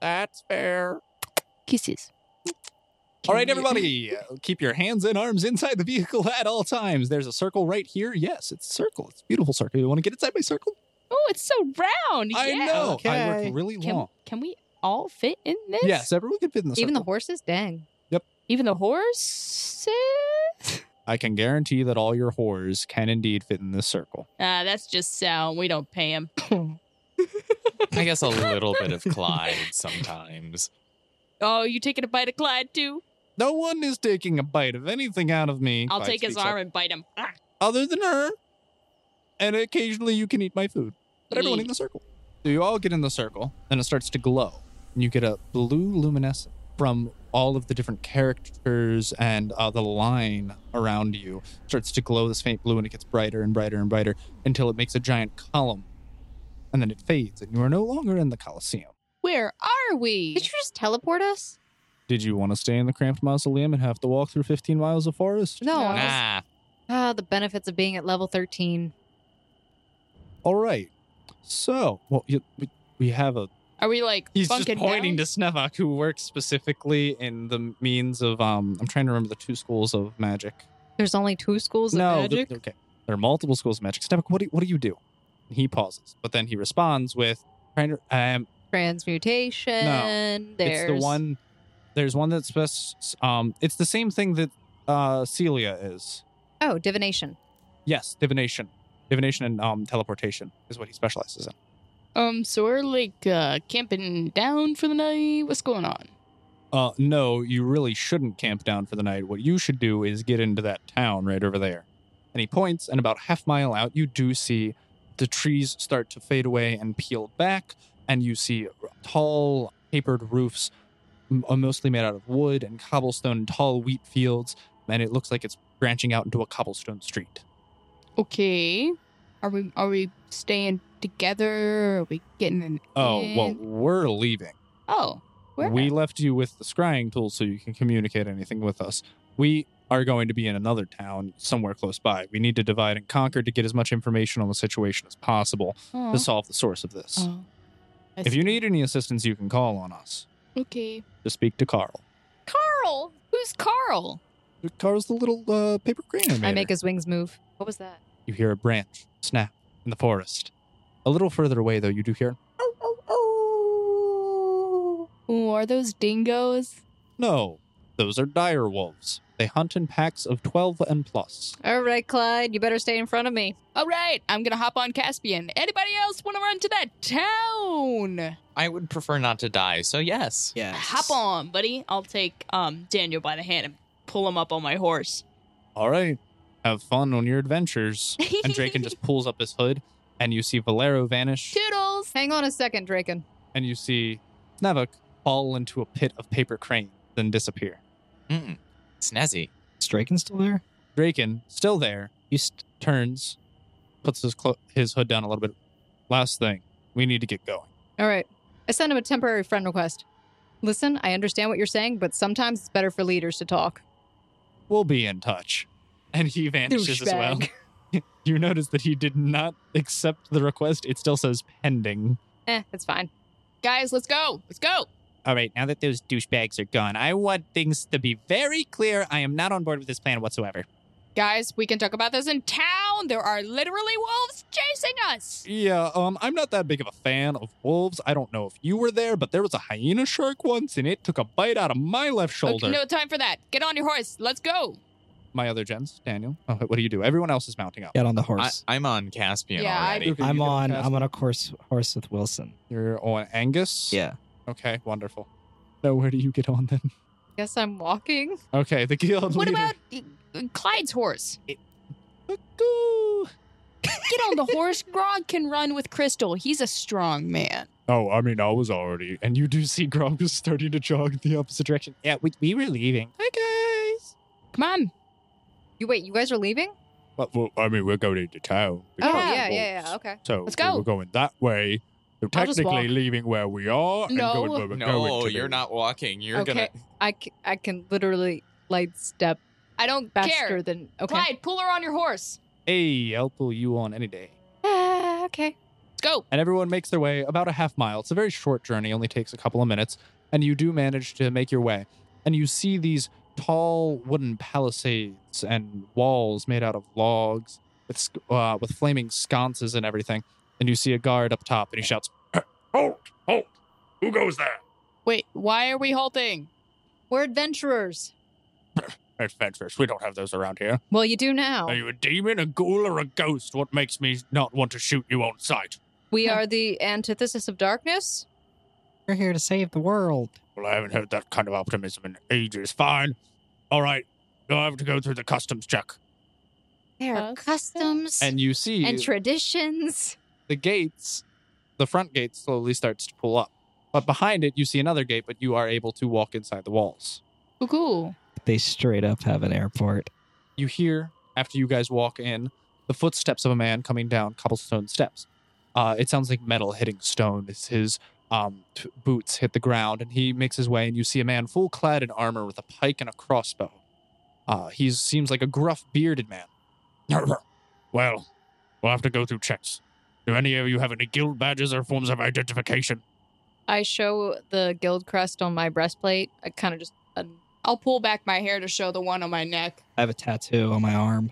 That's fair. Kisses. All right, Can you- everybody, uh, keep your hands and arms inside the vehicle at all times. There's a circle right here. Yes, it's a circle. It's a beautiful circle. You want to get inside my circle? Oh, it's so round. I yeah. know. I Okay. work really Can, long. can we all fit in this? Yes, everyone can fit in the circle. Even the horses? Dang. Even the horses? I can guarantee that all your whores can indeed fit in this circle. Ah, that's just sound. We don't pay him. I guess a little bit of Clyde sometimes. Oh, you taking a bite of Clyde too? No one is taking a bite of anything out of me. I'll Clyde take his speaks up. arm and bite him. Ah, Other than her, and occasionally you can eat my food. But everyone in the circle. So you all get in the circle, and it starts to glow, and you get a blue luminescence from all of the different characters and uh, the line around you starts to glow this faint blue, and it gets brighter and brighter and brighter until it makes a giant column, and then it fades, and you are no longer in the Colosseum. Where are we? Did you just teleport us? Did you want to stay in the cramped mausoleum and have to walk through 15 miles of forest? No. I was- Nah. Ah, the benefits of being at level 13. All right. So, well, you, we- we have a. Are we like He's bunking just pointing down? to Snevok, who works specifically in the means of. Um, I'm trying to remember the two schools of magic. There's only two schools of no, the- magic. okay. There are multiple schools of magic. Snevok, what do you, what do you do? And he pauses, but then he responds with, "Trying to. Um, Transmutation. There's it's the one. There's one that's best. Um, it's the same thing that uh Celia is. Oh, divination. Yes, divination, divination, and um teleportation is what he specializes in. Um, so we're like uh, camping down for the night. What's going on? Uh, no, you really shouldn't camp down for the night. What you should do is get into that town right over there. And he points, and about half mile out, you do see the trees start to fade away and peel back, and you see tall, tapered roofs, m- uh, mostly made out of wood and cobblestone, and tall wheat fields, and it looks like it's branching out into a cobblestone street. Okay, are we are we staying together? Are we getting an? Oh, well, inn? we're leaving. Oh, where? We left you with the scrying tool so you can communicate anything with us. We are going to be in another town somewhere close by. We need to divide and conquer to get as much information on the situation as possible oh. to solve the source of this. oh. I if you see. need any assistance, you can call on us okay, to speak to Carl. Carl. Who's Carl? Carl's the little uh, paper crane I animator. make his wings move. What was that? you hear a branch snap in the forest. A little further away, though, you do hear. Ooh, are those dingoes? No, those are dire wolves. They hunt in packs of 12 and plus. All right, Clyde, you better stay in front of me. All right, I'm gonna hop on Caspian. Anybody else want to run to that town? I would prefer not to die, so yes. Yes. Hop on, buddy. I'll take um Daniel by the hand and pull him up on my horse. All right, have fun on your adventures. And Draken just pulls up his hood, and you see Valero vanish, Toodles. Hang on a second, Draken. and you see Snavok fall into a pit of paper crane, then disappear. Mm. Snazzy. Is Draken still there? Draken, still there, You st- turns, puts his clo- his hood down a little bit. Last thing, we need to get going. All right. I sent him a temporary friend request. Listen, I understand what you're saying, but sometimes it's better for leaders to talk. We'll be in touch. And he vanishes as well. Douchebag. You notice that he did not accept the request. It still says pending. Eh, it's fine. Guys, let's go. Let's go. All right, now that those douchebags are gone, I want things to be very clear. I am not on board with this plan whatsoever. Guys, we can talk about this in town. There are literally wolves chasing us. Yeah, um, I'm not that big of a fan of wolves. I don't know if you were there, but there was a hyena shark once, and it took a bite out of my left shoulder. Okay, no time for that. Get on your horse. Let's go. My other gens, Daniel. Oh, what do you do? Everyone else is mounting up. Get on the I, horse. I'm on Caspian Yeah, I- already. Okay, you I'm get on. past- I'm on a course horse with Wilson. You're on Angus. Yeah. Okay. Wonderful. No, where do you get on then? Guess I'm walking. Okay, the guild What leader. about uh, Clyde's horse? Cuckoo. Get on the horse. Grog can run with Crystal. He's a strong man. Oh, I mean, I was already, and you do see Gronk was starting to jog in the opposite direction. Yeah, we, we were leaving. Hi guys. Come on. You wait, you guys are leaving? But well, I mean, we're going into town. Oh, because yeah, yeah, wolves. yeah. Okay. So Let's we go. we're going that way So I'll just technically walk. leaving where we are and No. going, No, going to you're not walking. You're okay. gonna. I, c- I can literally light step I don't faster care. than. Okay. Clyde, pull her on your horse. Hey, I'll pull you on any day. Ah, okay. Let's go. and everyone makes their way about a half mile. It's a very short journey, only takes a couple of minutes, and you do manage to make your way. And you see these tall wooden palisades and walls made out of logs with sc- uh, with flaming sconces and everything. And you see a guard up top, and he shouts, Halt! Halt! Who goes there? Wait, why are we halting? We're adventurers. "Adventurers, we don't have those around here. Well, you do now. Are you a demon, a ghoul, or a ghost? What makes me not want to shoot you on sight? We are the antithesis of darkness. We're here to save the world. Well, I haven't heard that kind of optimism in ages. Fine. All right. You'll have to go through the customs check. There are Us? customs and, And you see traditions. the gates, the front gate slowly starts to pull up. But behind it, you see another gate, but you are able to walk inside the walls. Ooh, cool. They straight up have an airport. you hear after you guys walk in the footsteps of a man coming down cobblestone steps. Uh, it sounds like metal hitting stone as his um, t- boots hit the ground, and he makes his way. And you see a man full clad in armor with a pike and a crossbow. Uh, he seems like a gruff, bearded man. Well, we'll have to go through checks. Do any of you have any guild badges or forms of identification? I show the guild crest on my breastplate. I kind of just. uh, un- I'll pull back my hair to show the one on my neck. I have a tattoo on my arm.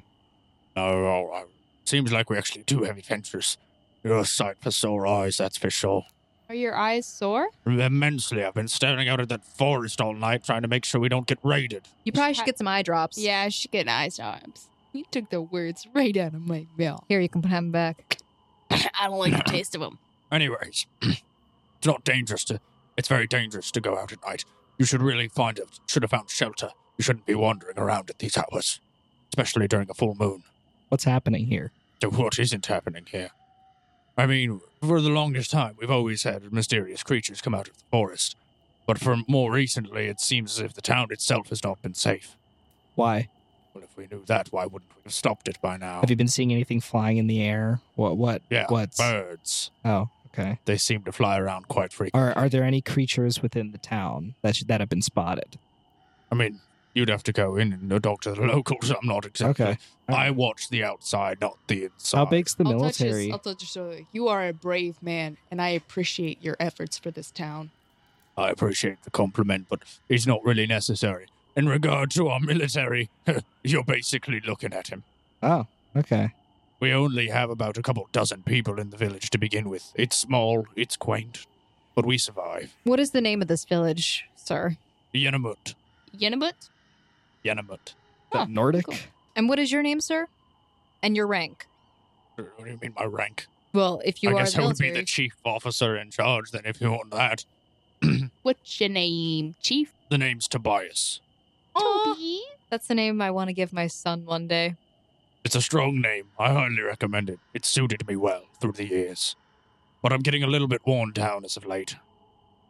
No, all right. seems like we actually do have adventures. You're a sight for sore eyes, that's for sure. Are your eyes sore? Immensely, I've been staring out at that forest all night trying to make sure we don't get raided. you probably should get some eye drops. Yeah, I should get eyes drops. You took the words right out of my mouth. Here, you can have them back. I don't like the taste of them. Anyways, it's not dangerous to. It's very dangerous to go out at night. You should really find a should have found shelter. You shouldn't be wandering around at these hours, especially during a full moon. What's happening here? So what isn't happening here? I mean, for the longest time, we've always had mysterious creatures come out of the forest, but for more recently, it seems as if the town itself has not been safe. Why? Well, if we knew that, why wouldn't we have stopped it by now? Have you been seeing anything flying in the air? What? What? Yeah, What's? Birds. Oh, okay. They seem to fly around quite frequently. Are Are there any creatures within the town that should, that have been spotted? I mean, you'd have to go in and talk to the locals. I'm not exactly. Okay. I watch the outside, not the inside. How big's the I'll Touch military? your, I'll touch your shoulder. You are a brave man, and I appreciate your efforts for this town. I appreciate the compliment, but it's not really necessary. In regard to our military, you're basically looking at him. oh, okay. We only have about a couple dozen people in the village to begin with. It's small, it's quaint, but we survive. What is the name of this village, sir? Yanamut. Yenabut? Yanamut. Huh, Nordic. cool. And what is your name, sir? And your rank? What do you mean by rank? Well, if you I are guess I would be military, the chief officer in charge then if you want that. What's your name, Chief? The name's Tobias. Aw, Toby? that's the name I want to give my son one day. It's a strong name. I highly recommend it. It suited me well through the years. But I'm getting a little bit worn down as of late.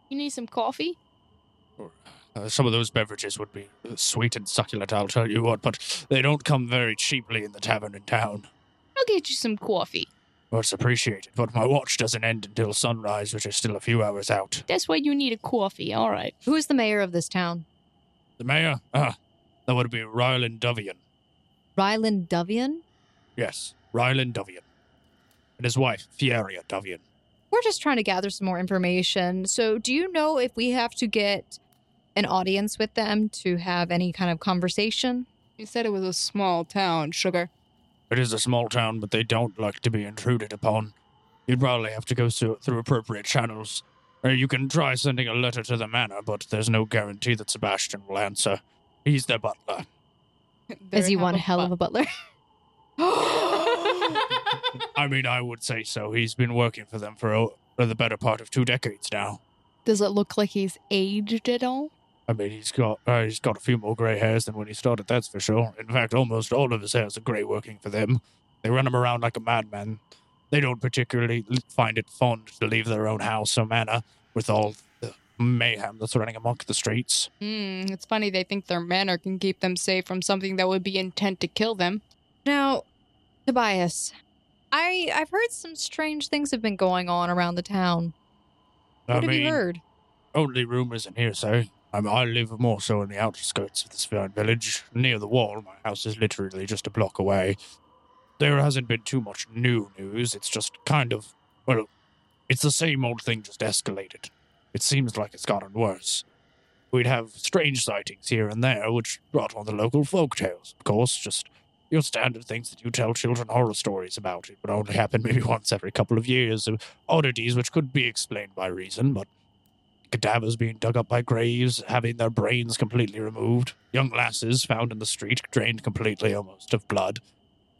You need some coffee? Uh, some of those beverages would be uh, sweet and succulent, I'll tell you what, but they don't come very cheaply in the tavern in town. I'll get you some coffee. Well, it's appreciated, but my watch doesn't end until sunrise, which is still a few hours out. That's why you need a coffee. All right. Who is the mayor of this town? The mayor? Ah, that would be Ryland Dovian. Ryland Dovian? Yes, Ryland Dovian. And his wife, Fieria Dovian. We're just trying to gather some more information. So, do you know if we have to get an audience with them to have any kind of conversation? You said it was a small town, sugar. It is a small town, but they don't like to be intruded upon. You'd probably have to go through, through appropriate channels. Uh, you can try sending a letter to the manor, but there's no guarantee that Sebastian will answer. He's their butler. Is he one hell of a butler? I mean, I would say so. He's been working for them for, o- for the better part of two decades now. Does it look like he's aged at all? I mean, he's got uh, he's got a few more gray hairs than when he started. That's for sure. In fact, almost all of his hairs are gray working for them. They run him around like a madman. They don't particularly l- find it fond to leave their own house or manor with all the mayhem that's running amongst the streets. Hmm, it's funny they think their manner can keep them safe from something that would be intent to kill them. Now, Tobias, I I've heard some strange things have been going on around the town. What I have mean, you heard? only rumors and hearsay. I, mean, I live more so in the outskirts of this fine village, near the wall. My house is literally just a block away. There hasn't been too much new news. It's just kind of, well, it's the same old thing, just escalated. It seems like it's gotten worse. We'd have strange sightings here and there, which brought on the local folktales, of course, just your standard things that you tell children horror stories about. It would only happen maybe once every couple of years, of oddities which could be explained by reason, but cadavers being dug up by graves, having their brains completely removed, young lasses found in the street, drained completely almost of blood.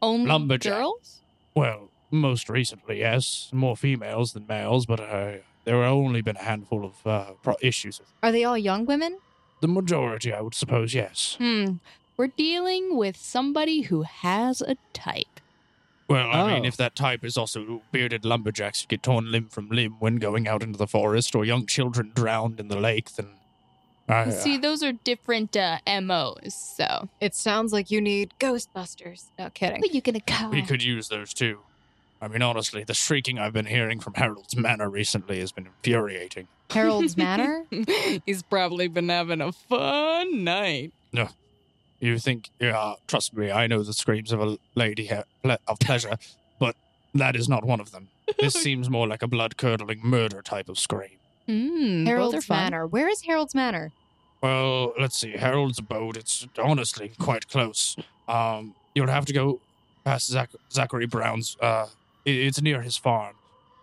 Only Lumberjack. girls? Well, most recently, yes, more females than males, but uh, there have only been a handful of uh, pro- issues. Are they all young women? The majority, I would suppose, yes. Hmm. We're dealing with somebody who has a type. Well, I mean, Oh. if that type is also bearded lumberjacks who get torn limb from limb when going out into the forest, or young children drowned in the lake, then I, See, those are different uh, MOs, so. It sounds like you need Ghostbusters. No kidding. you gonna call? We could use those too. I mean, honestly, the shrieking I've been hearing from Harold's Manor recently has been infuriating. Harold's Manor. He's probably been having a fun night. You think, yeah, trust me, I know the screams of a lady ha- ple- of pleasure, but that is not one of them. This seems more like a blood curdling murder type of scream. Hmm. both are Harold's fun. Manor. Where is Harold's Manor? Well, let's see. Harold's abode, it's honestly quite close. Um, you'll have to go past Zach- Zachary Brown's. Uh, i- it's near his farm.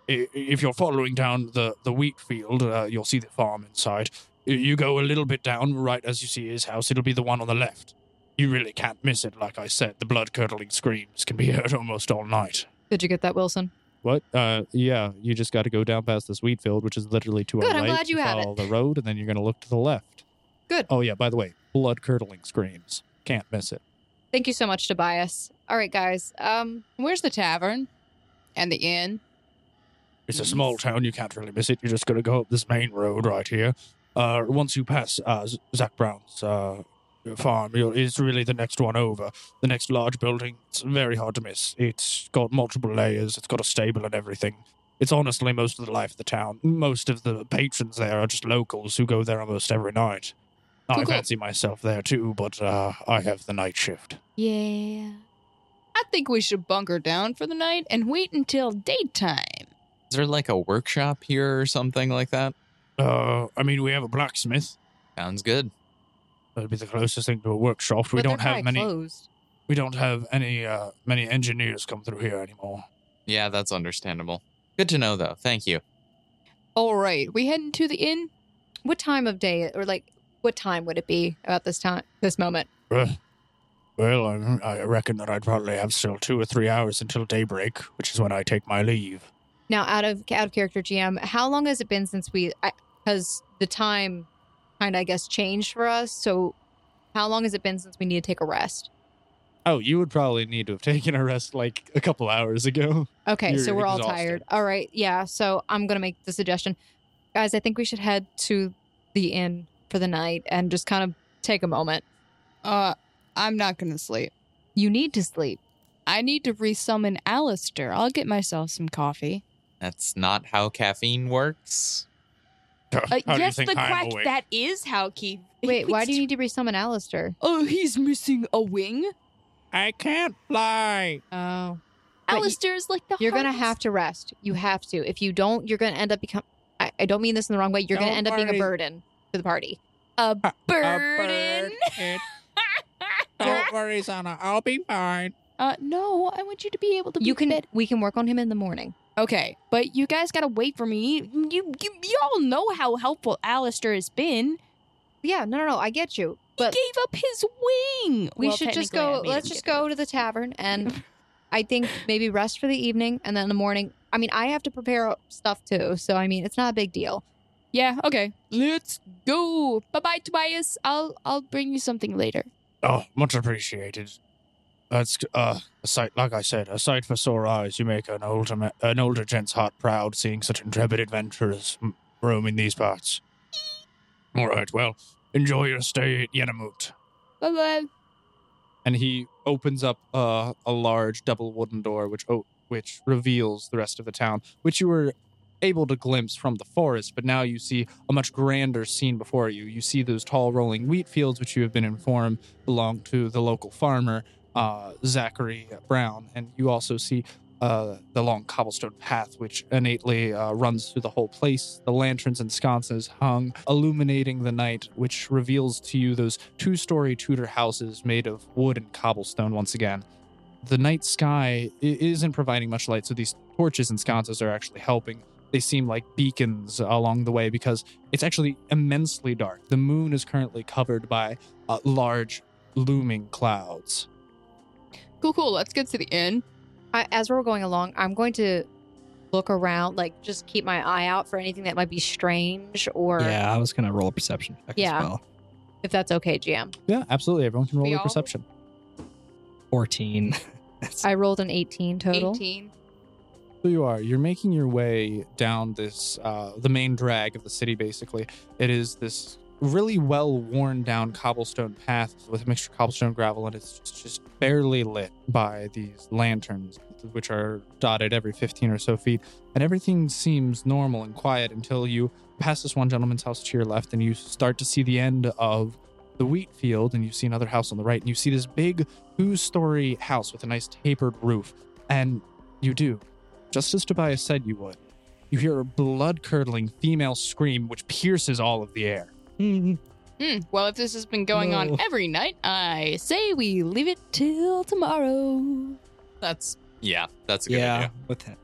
I- If you're following down the, the wheat field, uh, you'll see the farm inside. Y- You go a little bit down, right as you see his house, it'll be the one on the left. You really can't miss it, like I said. The blood curdling screams can be heard almost all night. Did you get that, Wilson? What? Uh, yeah, you just got to go down past this wheat field, which is literally to Good, our I'm right. glad you have it. follow the road, and then you're going to look to the left. Good. Oh yeah. By the way, blood curdling screams. Can't miss it. Thank you so much, Tobias. All right, guys. Um, Where's the tavern? And the inn? It's a small town. You can't really miss it. You're just going to go up this main road right here. Uh, once you pass uh, Z- Zach Brown's uh, farm, you'll, it's really the next one over. The next large building. It's very hard to miss. It's got multiple layers. It's got a stable and everything. It's honestly most of the life of the town. Most of the patrons there are just locals who go there almost every night. I Cool, cool. fancy myself there too, but uh, I have the night shift. Yeah. I think we should bunker down for the night and wait until daytime. Is there like a workshop here or something like that? Uh, I mean, we have a blacksmith. Sounds good. That'd be the closest thing to a workshop. We but they're don't have probably many. Closed. we don't have any uh, many engineers come through here anymore. Yeah, that's understandable. Good to know though. Thank you. All right, we heading to the inn? What time of day, or like, what time would it be about this time, this moment? Uh, Well, I, I reckon that I'd probably have still two or three hours until daybreak, which is when I take my leave. Now, out of out of character, GM, how long has it been since we? Because the time kind of, I guess, changed for us. So, how long has it been since we need to take a rest? Oh, you would probably need to have taken a rest like a couple hours ago. Okay, so You're we're all exhausted. tired. All right, yeah. So I'm gonna make the suggestion, guys. I think we should head to the inn for the night and just kind of take a moment. Uh, I'm not gonna sleep. You need to sleep. I need to resummon Alistair. I'll get myself some coffee. That's not how caffeine works. Uh, How do you think I'm awake? That is how Keith. Wait, why do you need to resummon Alistair? Oh, he's missing a wing. I can't fly. Oh, But you- Alistair is like the. You're gonna hardest- have to rest. You have to. If you don't, you're gonna end up become. I, I don't mean this in the wrong way. You're gonna Don't end up being a worry. burden to the party. a bird. burden. It- Don't worry, Sana. I'll be fine. uh, no, I want you to be able to. You be can. fed- We can work on him in the morning. Okay, but you guys gotta wait for me. You, you, you all know how helpful Alistair has been. Yeah. No. No. No. I get you. But he gave up his wing. we Well, should just technically, I go. made Let's him just give it go up. to the tavern and. I think maybe rest for the evening and then in the morning. I mean, I have to prepare stuff too. So, I mean, it's not a big deal. Yeah. Okay. Let's go. Bye bye, Tobias. I'll I'll bring you something later. Oh, much appreciated. That's uh, a sight, like I said, a sight for sore eyes. You make an older ma- an older gent's heart proud, seeing such intrepid adventurers m- roaming these parts. All right, well, enjoy your stay at Yenamut. Bye bye. And he opens up uh, a large double wooden door, which oh, which reveals the rest of the town, which you were able to glimpse from the forest, but now you see a much grander scene before you. You see those tall rolling wheat fields, which you have been informed belong to the local farmer, uh, Zachary Brown, and you also see uh, the long cobblestone path, which innately uh, runs through the whole place. The lanterns and sconces hung, illuminating the night, which reveals to you those two story Tudor houses made of wood and cobblestone once again. The night sky i- isn't providing much light, so these torches and sconces are actually helping. They seem like beacons along the way because it's actually immensely dark. The moon is currently covered by uh, large, looming clouds. Cool, cool. Let's get to the inn. I, as we're going along, I'm going to look around, like just keep my eye out for anything that might be strange or Yeah, I was gonna roll a perception check Yeah. as well. if that's okay, GM. Yeah, absolutely. Everyone can roll We their all- perception. Fourteen. I rolled an 18 total. 18. So you are. You're making your way down this, uh, the main drag of the city, basically. It is this really well worn down cobblestone path with a mixture of cobblestone gravel, and it's just, just barely lit by these lanterns, which are dotted every 15 or so feet. And everything seems normal and quiet until you pass this one gentleman's house to your left, and you start to see the end of the wheat field, and you see another house on the right, and you see this big two story house with a nice tapered roof. And you do just as Tobias said you would. You hear a blood curdling female scream which pierces all of the air. Hmm. Well, if this has been going No. on every night, I say we leave it till tomorrow. That's yeah, that's a good yeah, idea. with him.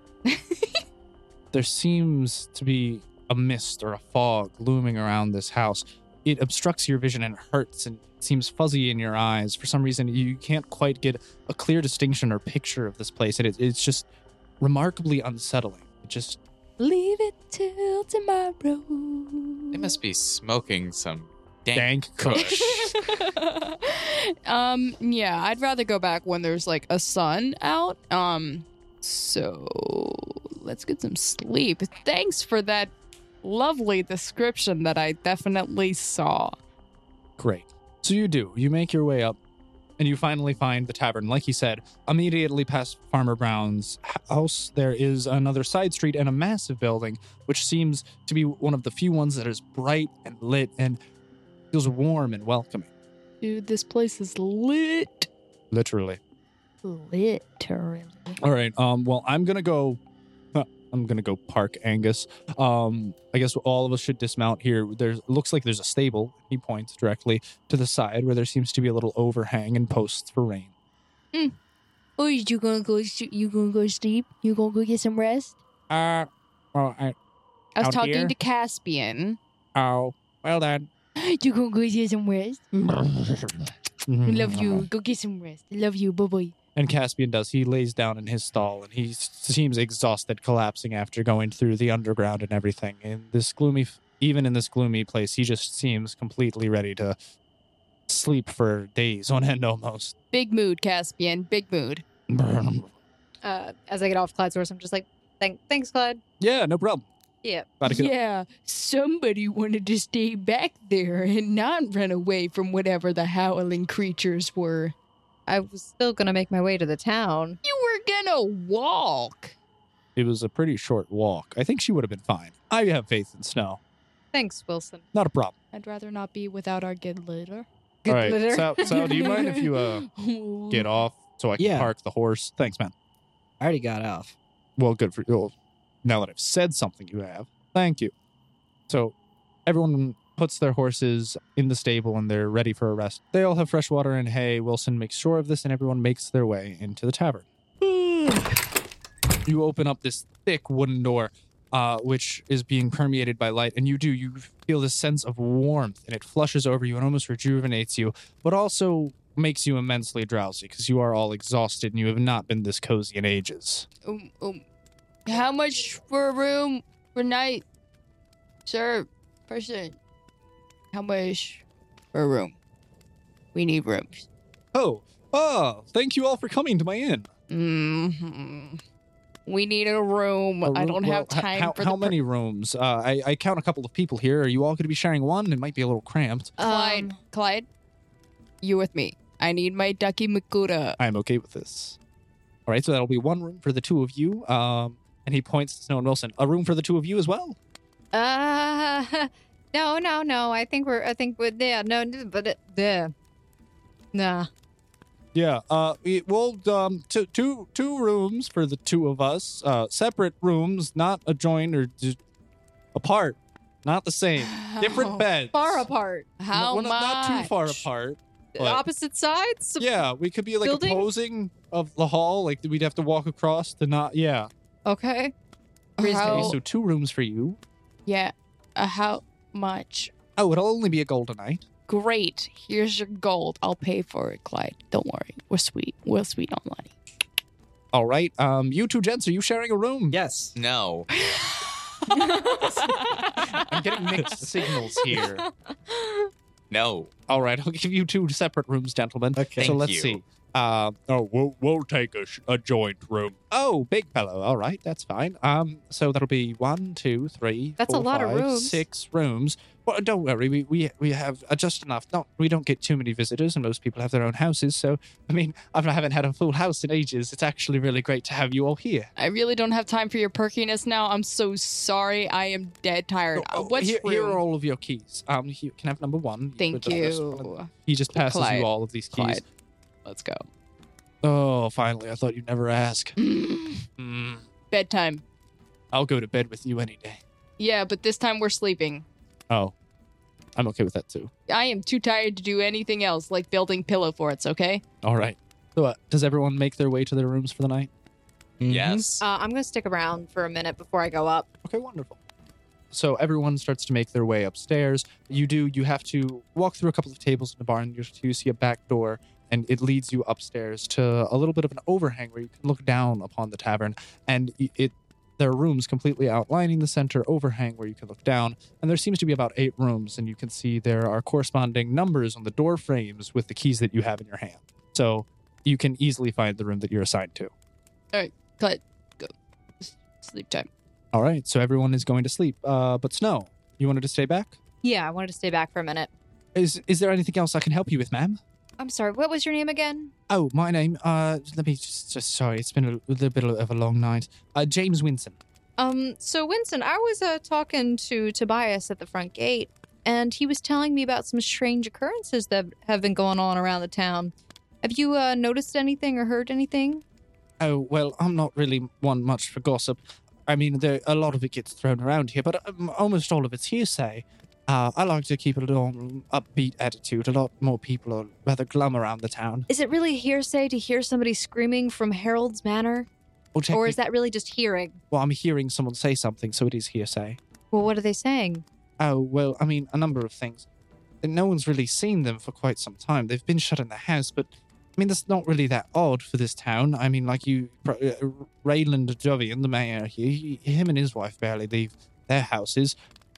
There seems to be a mist or a fog looming around this house. It obstructs your vision and hurts and seems fuzzy in your eyes. For some reason, you can't quite get a clear distinction or picture of this place, and it, it's just remarkably unsettling. It just Leave it till tomorrow. They must be smoking some dank, dank kush. um. Yeah, I'd rather go back when there's like a sun out. Um. So let's get some sleep. Thanks for that lovely description that I definitely saw. Great. So you do. You make your way up, and you finally find the tavern. Like he said, immediately past Farmer Brown's house, there is another side street and a massive building, which seems to be one of the few ones that is bright and lit and feels warm and welcoming. Dude, this place is lit. Literally. Literally. All right. Um. Well, I'm gonna go. I'm gonna go park Angus. Um. I guess all of us should dismount here. There's looks like there's a stable. He points directly to the side where there seems to be a little overhang and posts for rain. Oh, you gonna go? You gonna go sleep? You gonna go get some rest? Uh, well, I, I was Out talking here? to Caspian. oh, well then. You gonna go get some rest? Hmm, I love you. Go get some rest. I love you. Bye bye. Mm-hmm. And Caspian does. He lays down in his stall and he s- seems exhausted, collapsing after going through the underground and everything. In this gloomy, f- even in this gloomy place, he just seems completely ready to sleep for days on end almost. Big mood, Caspian. Big mood. Uh, as I get off Clyde's horse, I'm just like, Thank- thanks, Clyde. yeah, no problem. Yeah. About to get Yeah, somebody wanted to stay back there and not run away from whatever the howling creatures were. I was still going to make my way to the town. You were gonna walk. It was a pretty short walk. I think she would have been fine. I have faith in Snow. Thanks, Wilson. Not a problem. I'd rather not be without our good litter. All right, Sal, Sal, do you mind if you uh, uh get off so I can Yeah. park the horse? Thanks, man. I already got off. Well, good for you. Well, Now that I've said something, you have. Thank you. So everyone puts their horses in the stable and they're ready for a rest. They all have fresh water and hay. Wilson makes sure of this and everyone makes their way into the tavern. you open up this thick wooden door, uh, which is being permeated by light, and you do. You feel this sense of warmth and it flushes over you and almost rejuvenates you, but also makes you immensely drowsy because you are all exhausted and you have not been this cozy in ages. Um, um, how much for a room per night, sir? Person, how much for a room? We need rooms. Oh, ah, thank you all for coming to my inn. hmm We need a room. A Um, I room- don't well, have h- time How, for how the many rooms? Uh, I, I count a couple of people here. Are you all going to be sharing one? It might be a little cramped. Uh, Clyde, Um, Clyde, you with me? I need my ducky Makuta. I'm okay with this. All right, so that'll be one room for the two of you. Um, and he points to Snow and Wilson. A room for the two of you as well. Uh, no, no, no. I think we're. I think we're there. No, n- but it- there. Nah. Yeah. Uh, we, well, um, two, two, two rooms for the two of us. Uh, separate rooms, not adjoined or just apart. Not the same. Different beds. Far apart. no, How much? well, Not, not too far apart. But- Opposite sides. Yeah, we could be like Building? opposing of the hall. Like we'd have to walk across to not. Yeah. Okay. Okay, How, so two rooms for you. yeah. Uh, how much? Oh, it'll only be a golden night. Great. Here's your gold. I'll pay for it, Clyde. Don't worry. We're sweet. We're sweet on money. All right. Um, you two gents, are you sharing a room? Yes. No. Uh, I'm getting mixed signals here. No. All right, I'll give you two separate rooms, gentlemen. Okay. so Thank let's you. see. Um, Oh, we'll, we'll take a, sh- a joint room. oh, big fellow. All right, that's fine. Um, so that'll be one, two, three. That's a four, lot of five, rooms. Six rooms. Well, don't worry. We we we have uh, just enough. Not we don't get too many visitors, and most people have their own houses. So I mean, I've- I haven't had a full house in ages. It's actually really great to have you all here. I really don't have time for your perkiness now. I'm so sorry. I am dead tired. Oh, Uh, oh, What's here, here room? are all of your keys. Um, you can have number one. Thank would have this one. you. He just passes Clyde. you all of these keys. Clyde. Let's go. Oh, finally! I thought you'd never ask. Mm, Bedtime. I'll go to bed with you any day. Yeah, but this time we're sleeping. Oh, I'm okay with that too. I am too tired to do anything else, like building pillow forts, okay? All right. So, uh, does everyone make their way to their rooms for the night? Mm-hmm. Yes. Uh, I'm gonna stick around for a minute before I go up. Okay, wonderful. So everyone starts to make their way upstairs. You do. You have to walk through a couple of tables in the barn. You, you see a back door, and it leads you upstairs to a little bit of an overhang where you can look down upon the tavern. And y- it, there are rooms completely outlining the center overhang where you can look down. And there seems to be about eight rooms, and you can see there are corresponding numbers on the door frames with the keys that you have in your hand. So you can easily find the room that you're assigned to. Cut. Go. S- Sleep time. All right, so everyone is going to sleep. Uh, but Snow, you wanted to stay back? Yeah, I wanted to stay back for a minute. Is is there anything else I can help you with, ma'am? I'm sorry. What was your name again? Oh, my name. Uh, let me just. just- sorry, it's been a little bit of a long night. Uh, James Winson. Um, so Winston, I was uh, talking to Tobias at the front gate, and he was telling me about some strange occurrences that have been going on around the town. Have you uh, noticed anything or heard anything? Oh well, I'm not really one much for gossip. I mean, there, a lot of it gets thrown around here, but um, almost all of it's hearsay. Uh, I like to keep a normal, upbeat attitude. A lot more people are rather glum around the town. Is it really hearsay to hear somebody screaming from Harold's Manor, Well, or technic- is that really just hearing? well, I'm hearing someone say something, so it is hearsay. Well, what are they saying? Oh, well, I mean, a number of things. And no one's really seen them for quite some time. They've been shut in the house, but I mean, that's not really that odd for this town. I mean, like you, uh, Rayland Jovian, the mayor here, he, him and his wife barely leave their houses.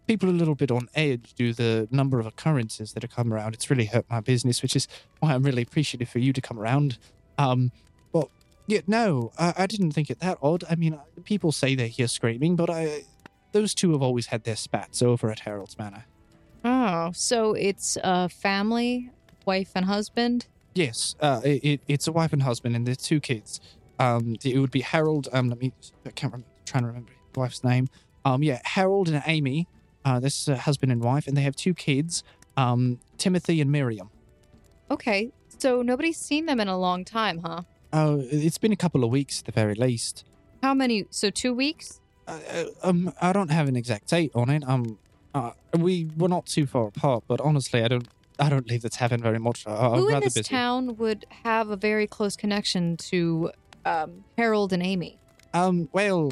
People are a little bit on edge due to the number of occurrences that have come around. It's really hurt my business, which is why I'm really appreciative for you to come around. Um, but yeah, no, I, I didn't think it that odd. I mean, I- people say they hear screaming, but I, those two have always had their spats over at Harold's Manor. Oh, so it's a family, wife and husband. Yes, uh, it, it, it's a wife and husband, and they're two kids. Um, it would be Harold. Um, let me. I can't remember. Trying to remember his wife's name. Um, yeah, Harold and Amy. Uh, this is a husband and wife, and they have two kids. Um, Timothy and Miriam. Okay, so nobody's seen them in a long time, huh? Oh, it's been a couple of weeks at the very least. How many? So two weeks? Uh, uh, um, I don't have an exact date on it. Um, uh, we were not too far apart, but honestly, I don't. I don't leave the tavern very much. I, I'm Who in rather this busy. town would have a very close connection to um, Harold and Amy? Um, well,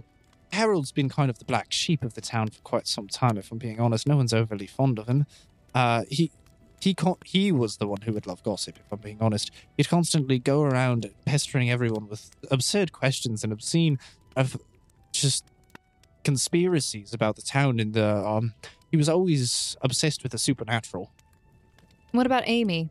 Harold's been kind of the black sheep of the town for quite some time, if I'm being honest. No one's overly fond of him. Uh, he. He con- he was the one who would love gossip, if I'm being honest. He'd constantly go around pestering everyone with absurd questions and obscene of just conspiracies about the town and the um he was always obsessed with the supernatural. What about Amy?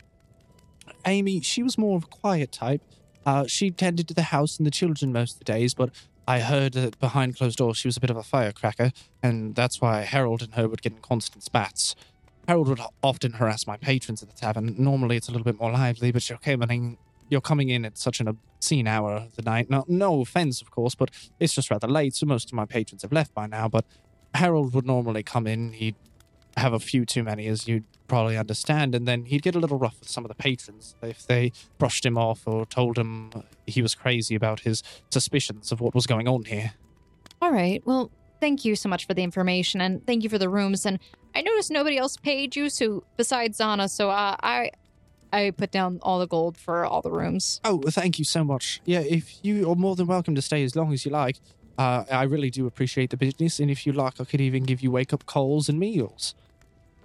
Amy, she was more of a quiet type. Uh, she tended to the house and the children most of the days, but I heard that behind closed doors she was a bit of a firecracker, and that's why Harold and her would get in constant spats. Harold would often harass my patrons at the tavern. Normally it's a little bit more lively, but she occasionally, you're coming in at such an obscene hour of the night. Now, no offense, of course, but it's just rather late, so most of my patrons have left by now. But Harold would normally come in. He'd have a few too many, as you'd probably understand, and then he'd get a little rough with some of the patrons if they brushed him off or told him he was crazy about his suspicions of what was going on here. All right. Well, thank you so much for the information and thank you for the rooms. And I noticed nobody else paid you, so besides Zana, so uh, I I put down all the gold for all the rooms. Oh, well, thank you so much. Yeah, if you are more than welcome to stay as long as you like. Uh, I really do appreciate the business, and if you like, I could even give you wake up calls and meals.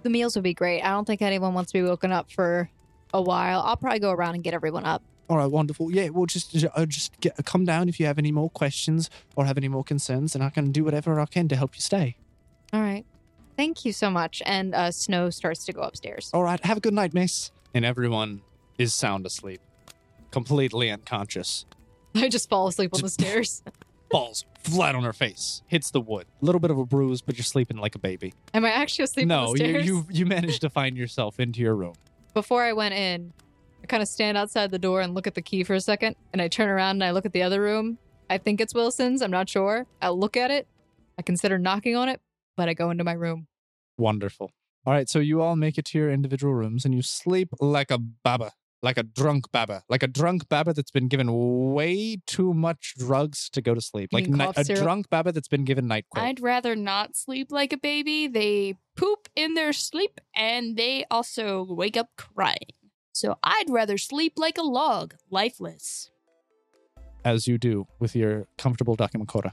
The meals would be great. I don't think anyone wants to be woken up for a while. I'll probably go around and get everyone up. All right, wonderful. Yeah, well, just uh, just get, come down if you have any more questions or have any more concerns, and I can do whatever I can to help you stay. All right. Thank you so much. And uh, Snow starts to go upstairs. All right, have a good night, miss. And everyone is sound asleep, completely unconscious. I just fall asleep on the stairs. Falls flat on her face, hits the wood. A little bit of a bruise, but you're sleeping like a baby. Am I actually asleep on no, the you, stairs? you you managed to find yourself into your room. Before I went in, I kind of stand outside the door and look at the key for a second, and I turn around and I look at the other room. I think it's Wilson's. I'm not sure. I look at it. I consider knocking on it, but I go into my room. Wonderful. All right, so you all make it to your individual rooms and you sleep like a baba, like a drunk baba, like a drunk baba that's been given way too much drugs to go to sleep, You like mean ni- cough a syrup? drunk baba that's been given night I'd rather not sleep like a baby. They poop in their sleep and they also wake up crying. So I'd rather sleep like a log, lifeless. as you do with your comfortable Dakimakura.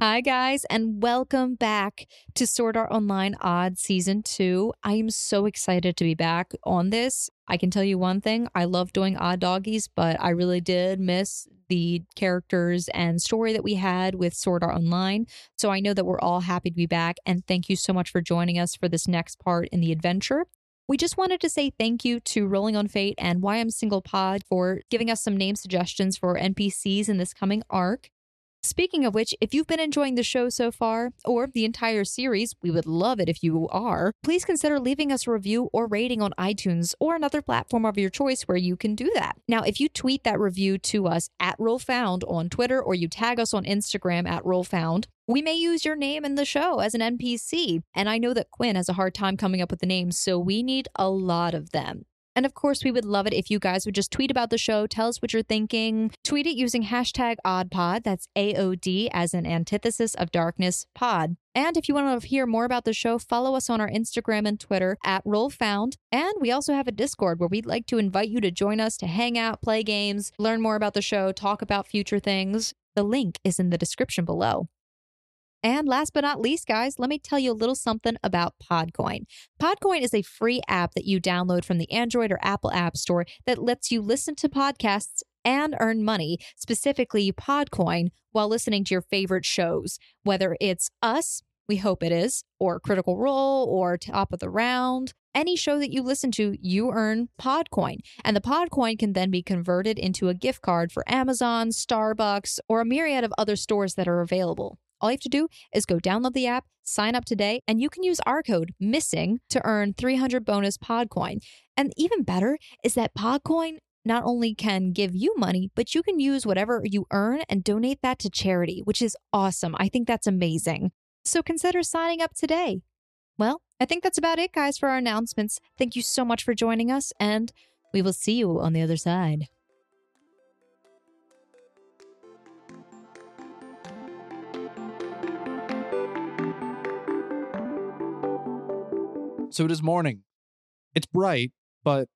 Hi, guys, and welcome back to Sword Art Online Odd Season 2. I am so excited to be back on this. I can tell you one thing I love doing Odd Doggies, but I really did miss the characters and story that we had with Sword Art Online. So I know that we're all happy to be back, and thank you so much for joining us for this next part in the adventure. We just wanted to say thank you to Rolling on Fate and Why I'm Single Pod for giving us some name suggestions for NPCs in this coming arc. Speaking of which, if you've been enjoying the show so far, or the entire series, we would love it if you are. Please consider leaving us a review or rating on iTunes or another platform of your choice where you can do that. Now, if you tweet that review to us at RollFound on Twitter or you tag us on Instagram at RollFound, we may use your name in the show as an NPC. And I know that Quinn has a hard time coming up with the names, so we need a lot of them. And of course, we would love it if you guys would just tweet about the show, tell us what you're thinking. Tweet it using hashtag oddpod, that's A O D as an antithesis of darkness pod. And if you want to hear more about the show, follow us on our Instagram and Twitter at RollFound. And we also have a Discord where we'd like to invite you to join us to hang out, play games, learn more about the show, talk about future things. The link is in the description below. And last but not least, guys, let me tell you a little something about Podcoin. Podcoin is a free app that you download from the Android or Apple App Store that lets you listen to podcasts and earn money, specifically Podcoin, while listening to your favorite shows, whether it's us, we hope it is, or Critical Role, or Top of the Round. Any show that you listen to, you earn Podcoin, and the Podcoin can then be converted into a gift card for Amazon, Starbucks, or a myriad of other stores that are available. All you have to do is go download the app, sign up today, and you can use our code MISSING to earn 300 bonus Podcoin. And even better is that Podcoin not only can give you money, but you can use whatever you earn and donate that to charity, which is awesome. I think that's amazing. So consider signing up today. Well, I think that's about it, guys, for our announcements. Thank you so much for joining us, and we will see you on the other side. So it is morning. It's bright, but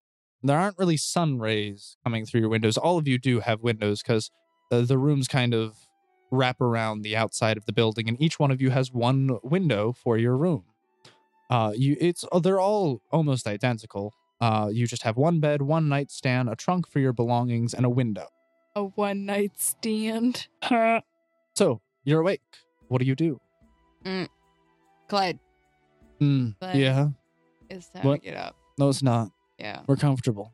there aren't really sun rays coming through your windows. All of you do have windows because the, the rooms kind of wrap around the outside of the building, and each one of you has one window for your room. Uh, you, it's oh, they're all almost identical. Uh, you just have one bed, one nightstand, a trunk for your belongings, and a window. A one night stand. So you're awake. What do you do? Clyde, Hmm, But- yeah. it's time What? to get up. Hmm, No, it's not. Yeah. We're comfortable.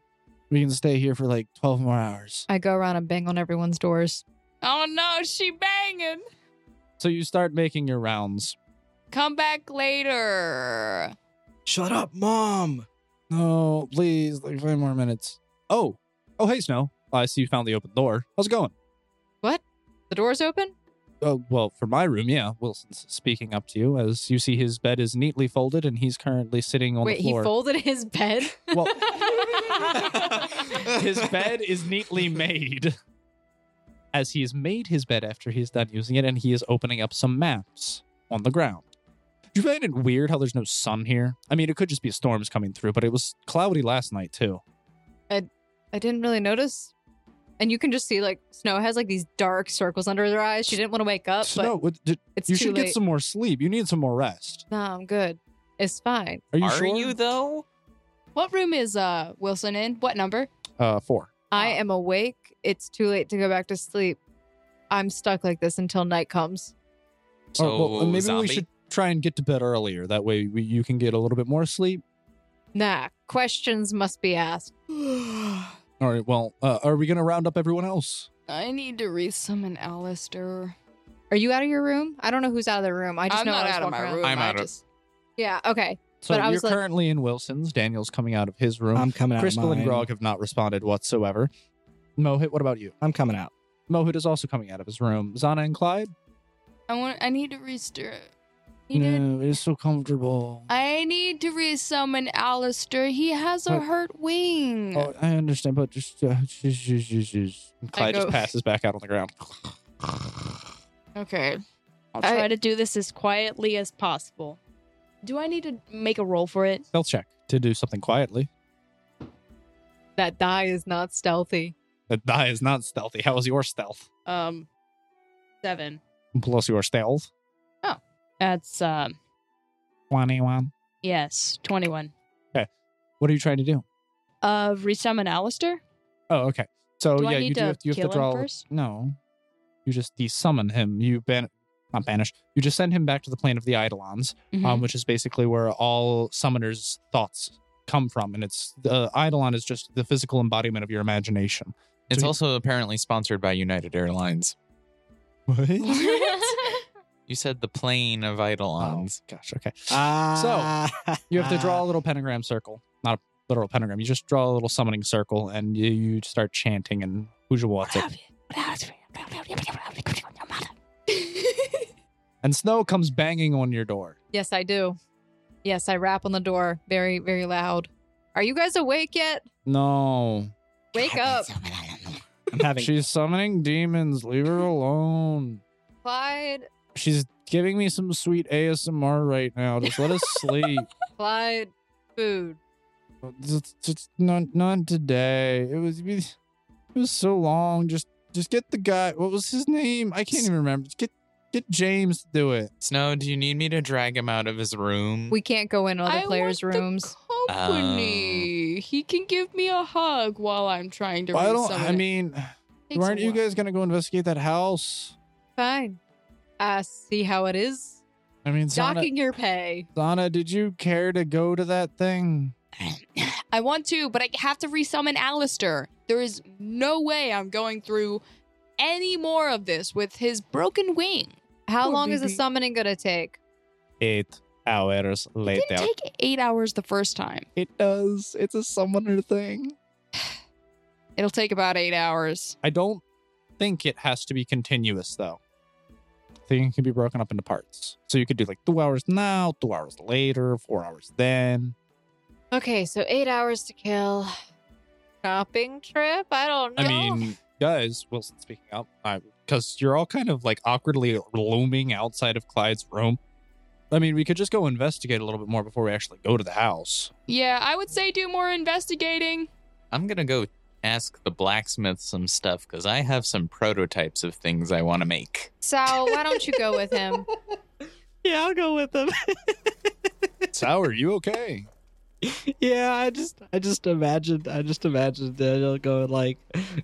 We can stay here for like 12 more hours. I go around and bang on everyone's doors. Oh no, she banging. So you start making your rounds. Come back later. Mm-hmm. Shut up, mom. No, please, like five more minutes. Oh, oh, hey, Snow. I see you found the open door. How's it going? The door's open? Oh, well, for my room, yeah. Wilson's speaking up to you as you see his bed is neatly folded and he's currently sitting on Wait, the he floor. folded his bed? Well- his bed is neatly made. As he has made his bed after he's done using it, and he is opening up some maps on the ground. Do you find it weird how there's no sun here? I mean, it could just be storms coming through, but it was cloudy last night too. I didn't really notice. And you can just see like Snow has like these dark circles under her eyes. She didn't want to wake up, so no, but what, did, it's you too should late. get some more sleep. You need some more rest. No, I'm good. It's fine. Are you Are sure? you though? What room is uh Wilson in? What number? uh, four. I Ah. am awake. It's too late to go back to sleep. I'm stuck like this until night comes. So oh, well, maybe zombie? we should try and get to bed earlier. That way, we, you can get a little bit more sleep. Nah, questions must be asked. I All right. Well, uh, are we gonna round up everyone else? need to re-summon Alistair. Are you out of your room? I don't know who's out of the room. I just I'm know not I was out of walking my around. room. I'm I out of- just- Yeah, okay. So But I you're was like- currently in Wilson's. Daniel's coming out of his room. I'm coming out. Crystal of and mine. Grog have not responded whatsoever. Mohit, what about you? I'm coming out. Mohit is also coming out of his room. Zana and Clyde? I want. I need to re-stir. He did. it's so comfortable. I need to re-summon Alistair. He has a But- hurt wing. Oh, I understand, but just. Uh, Clyde go- just passes back out on the ground. Okay. I'll I- try to do this as quietly as possible. Do I need to make a roll for it? Spell check to do something quietly. That die is not stealthy. That die is not stealthy. How is your stealth? Um, seven. Plus your stealth. That's um, 21. yes, twenty-one. What are you trying to do? Uh, resummon Alistair. Oh, okay. So Do I yeah, need you do to have, you have kill to him draw. first? No, you just desummon him. You ban, not banish. You just send him back to the plane of the Eidolons, Mm-hmm. Mm-hmm. um, which is basically where all summoners' thoughts come from, and it's the Eidolon is just the physical embodiment of your imagination. It's So- also apparently sponsored by United Airlines. What? You said the plane of Eidolons. Um, Gosh, okay. Ah. You have to draw a little pentagram circle, not a literal pentagram. You just draw a little summoning circle, and you, you start chanting and Hujawatsa. and Snow comes banging on your door. Yes, I do. Yes, I rap on the door very, very loud. Are you guys awake yet? No, Wake up. I'm having. She's summoning demons. Leave her alone. Clyde, She's giving me some sweet ASMR right now. Just let us sleep. Clyde, food. Just, just not, not today. It was, it was so long. Just, just get the guy. What was his name? I can't even remember. Just get, get James to do it. Snow, do you need me to drag him out of his room? We can't go in other I players' want rooms. The company. He can give me a hug while I'm trying to. Well, Um, I don't. re-summon I it. mean, Takes aren't a you while. guys gonna go investigate that house? Fine. I see how it is. I mean, Zana, Docking your pay. Zana, did you care to go to that thing? I want to, but I have to resummon Alistair. There is no way I'm going through any more of this with his broken wing. How Poor long is the baby. summoning going to take? Eight hours It later. didn't take eight hours the first time. it does. It's a summoner thing. It'll take about eight hours. I don't think it has to be continuous though. I think it can be broken up into parts. So you could do like two hours now, two hours later, four hours then. Okay, so eight hours to kill. Shopping trip? I don't know. I mean, guys, Wilson speaking up, because you're all kind of like awkwardly looming outside of Clyde's room. I mean, we could just go investigate a little bit more before we actually go to the house. Yeah, I would say do more investigating. I'm gonna go ask the blacksmith some stuff because I have some prototypes of things I want to make. Sal, why don't you go with him? yeah, I'll go with them. Sal, are you okay? yeah, I just, I just imagined, I just imagined Daniel going like,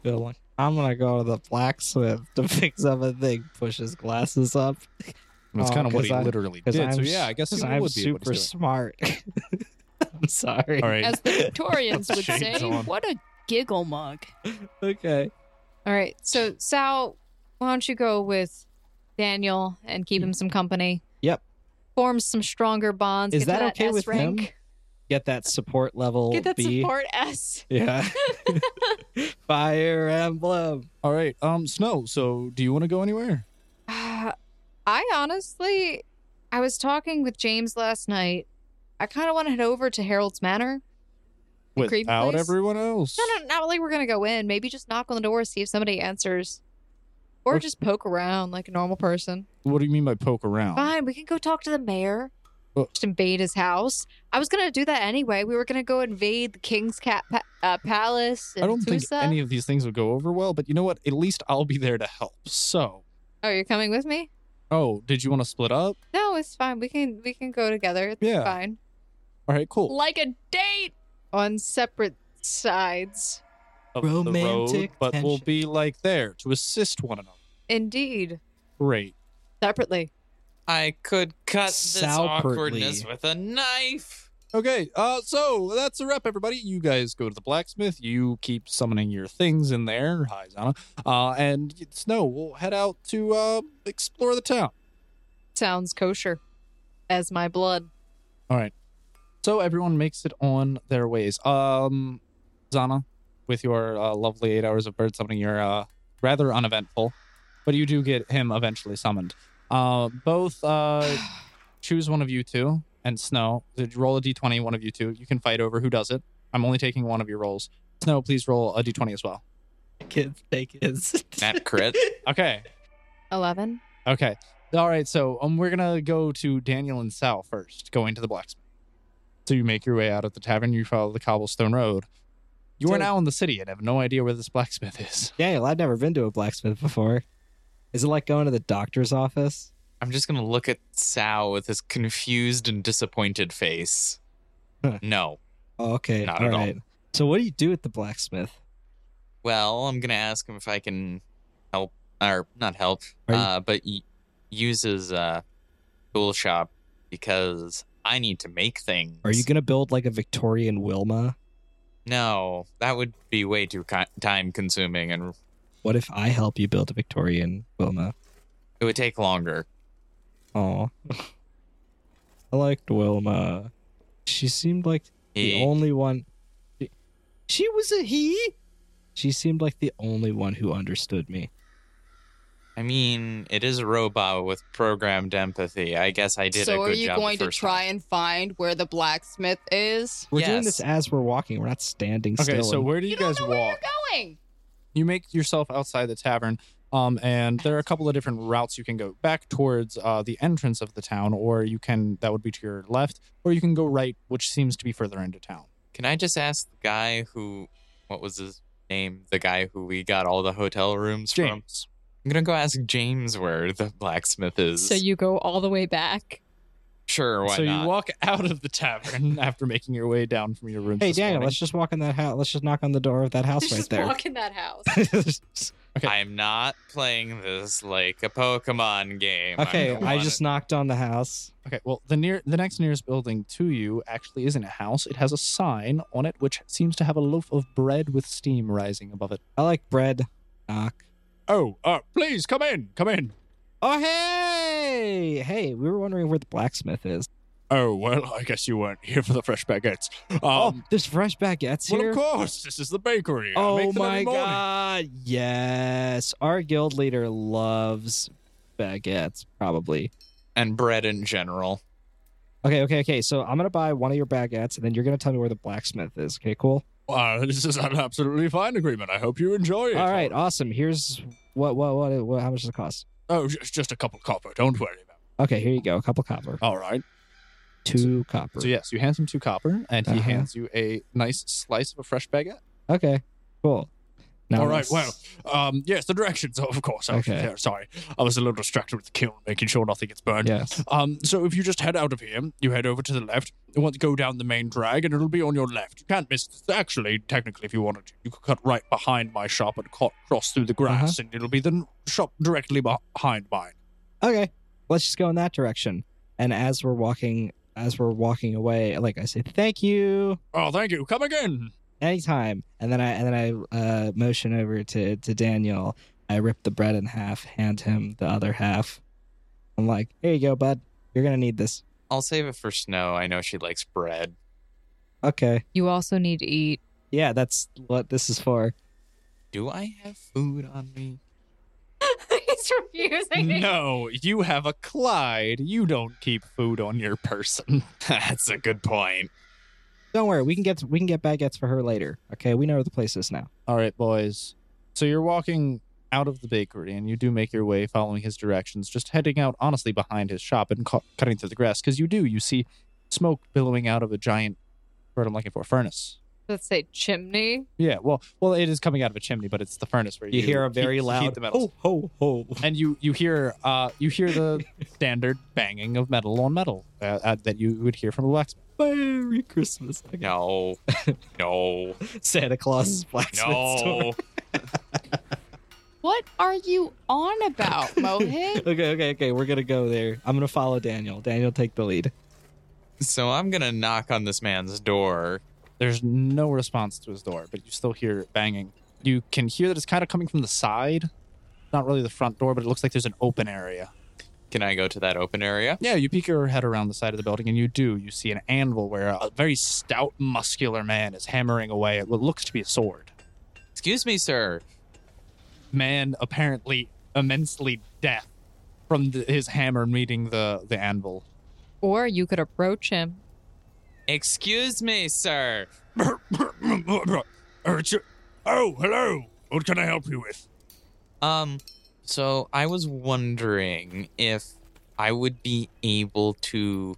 going like, I'm gonna go to the blacksmith to fix up a thing. Push his glasses up That's Oh, kind of what 'cause he I- literally because did. I'm so yeah, I guess he I'm would be super super. smart. I'm sorry. All right. As the Victorians would Shades say, on. what a giggle mug. Okay. All right. So, Sal, why don't you go with Daniel and keep him some company? Mm. Yep. Form some stronger bonds. Is get to that okay S with him? rank. Get that support level Get that B. support S. Yeah. Fire emblem. All right. Um, Snow. So, do you want to go anywhere? Uh, I honestly, I was talking with James last night. I kind of want to head over to Harold's Manor. The creepy Without place? everyone else. No, no, not like we're gonna go in. Maybe just knock on the door, see if somebody answers, or Or- just poke around like a normal person. What do you mean by poke around? Oh. Fine, we can go talk to the mayor. Well- Just invade his house. I was gonna do that anyway. We were gonna go invade the king's cat pa- uh, palace. In I don't think Tusa. any of these things would go over well, but you know what? At least I'll be there to help. So, Oh, you're coming with me? oh, did you want to split up? No, it's fine. We can we can go together. It's Yeah. fine. All right, cool. Like a date. On separate sides. Of the road, Romantic but we'll tension. be like there to assist one another. Indeed. Great. Separately. I could cut this Salpertly. awkwardness with a knife. Okay, uh, so that's a wrap, everybody. You guys go to the blacksmith. You keep summoning your things in there. Hi, Zana. Uh, and Snow, we'll head out to uh, explore the town. Sounds kosher. As my blood. So everyone makes it on their ways. Um, Zana, with your uh, lovely eight hours of bird summoning, you're uh, rather uneventful, but you do get him eventually summoned. Uh, both uh, choose one of you two, and Snow, Uh, roll a d20, one of you two. You can fight over who does it. I'm only taking one of your rolls. Snow, please roll a d20 as well. Kids, take kids. Nat crit. Okay. Eleven. Okay. All right. So um, we're gonna go to Daniel and Sal first, going to the blacksmith. So you make your way out of the tavern. You follow the cobblestone road. You are So- now in the city and have no idea where this blacksmith is. Daniel, I'd never been to a blacksmith before. Is it like going to the doctor's office? I'm just gonna look at Sal with his confused and disappointed face. Huh. No. Oh, okay. Not all at all. right. So what do you do at the blacksmith? Well, I'm gonna ask him if I can help, or not help, Are you- uh, but y- use his uh, tool shop because I need to make things. Are you gonna build like a Victorian Wilma? No, that would be way too ki- time consuming, and What if I help you build a Victorian Wilma? it would take longer. Oh, I liked Wilma. She seemed like the He- only one. She, she was a he. She seemed like the only one who understood me. I mean, it is a robot with programmed empathy. I guess I did. a So good are you job the going to first try time. and find where the blacksmith is? We're doing Yes. this as we're walking. We're not standing Okay. still. So where do you, guys walk? you're going. You make yourself outside the tavern. Um, and there are a couple of different routes you can go back towards uh, the entrance of the town, or you can that would be to your left, or you can go right, which seems to be further into town. Can I just ask the guy who, what was his name? The guy who we got all the hotel rooms from. James, I'm gonna go ask James where the blacksmith is. So you go all the way back. sure? Why so not? you walk out of the tavern after making your way down from your room. Hey Daniel, let's just walk in that house. Let's just knock on the door of that house right Just there. walk in that house. Okay. I'm not playing this like a Pokemon game. I'm okay, the I one- just knocked on the house. Okay, well, the near the next nearest building to you actually isn't a house. It has a sign on it which seems to have a loaf of bread with steam rising above it. I like bread. Knock. Oh, uh, please come in, come in. Oh hey, hey! We were wondering where the blacksmith is. Oh well, I guess you weren't here for the fresh baguettes. Um, oh, there's fresh baguettes here. course, this is the bakery. I oh make them my every morning. god! Yes, our guild leader loves baguettes. Probably. and bread in general. Okay, okay, okay. So I'm gonna buy one of your baguettes, and then you're gonna tell me where the blacksmith is. Okay, cool. Wow, this is an absolutely fine agreement. I hope you enjoy it. All right, awesome. Here's what, what, what, what how much does it cost? Oh, just, just a couple copper. Don't worry about. Okay, here you go. A couple copper. it. All right. Two copper. So yes, you hand him two copper, and he Uh-huh. hands you a nice slice of a fresh baguette. Okay, cool. Now All right, let's- well, Um, yes, the directions, of course. I was- Okay. yeah, sorry. I was a little distracted with the kiln, making sure nothing gets burned. Yes. Um, so if you just head out of here, you head over to the left. You want to go down the main drag, and it'll be on your left. You can't miss. Actually, technically, if you wanted to, you could cut right behind my shop and cut, cross through the grass, and it'll be the n- shop directly behind mine. Okay, let's just go in that direction. And as we're walking as we're walking away, like I say, thank you Oh, thank you. Come again. anytime, and then I and then I uh, motion over to to Daniel. I rip the bread in half, hand him the other half. I'm like, here you go, bud. You're gonna need this. I'll save it for Snow. I know she likes bread. Okay. You also need to eat. Yeah, that's what this is for. Do I have food on me? He's refusing. No, you have a Clyde. You don't keep food on your person. That's a good point. Don't worry, we can get we can get baguettes for her later. Okay, we know where the place is now. All right, boys. So you're walking out of the bakery and you do make your way following his directions, just heading out honestly behind his shop and cu- cutting through the grass because you do. You see smoke billowing out of a giant, what I'm looking for, furnace. Let's say chimney. Yeah, well, well, it is coming out of a chimney, but it's the furnace where you, heat- heat the metals. ho Oh, ho. and you you hear uh you hear the standard banging of metal on metal uh, uh, that you would hear from a blacksmith. Merry Christmas. Okay. No. No. Santa Claus blacksmith No. store. What are you on about, Mohit? Okay, okay, okay. We're gonna go there. I'm gonna follow Daniel. Daniel, take the lead. So I'm going to knock on this man's door. There's no response to his door, but you still hear it banging. You can hear that it's kind of coming from the side, not really the front door, but it looks like there's an open area. Can I go to that open area? Yeah, you peek your head around the side of the building, and you do. You see an anvil where a very stout, muscular man is hammering away at what looks to be a sword. Excuse me, sir. Man, apparently immensely deaf from the, his hammer meeting the the anvil. Or you could approach him. Excuse me, sir. Uh, it's your- Oh, hello. What can I help you with? Um, so I was wondering if I would be able to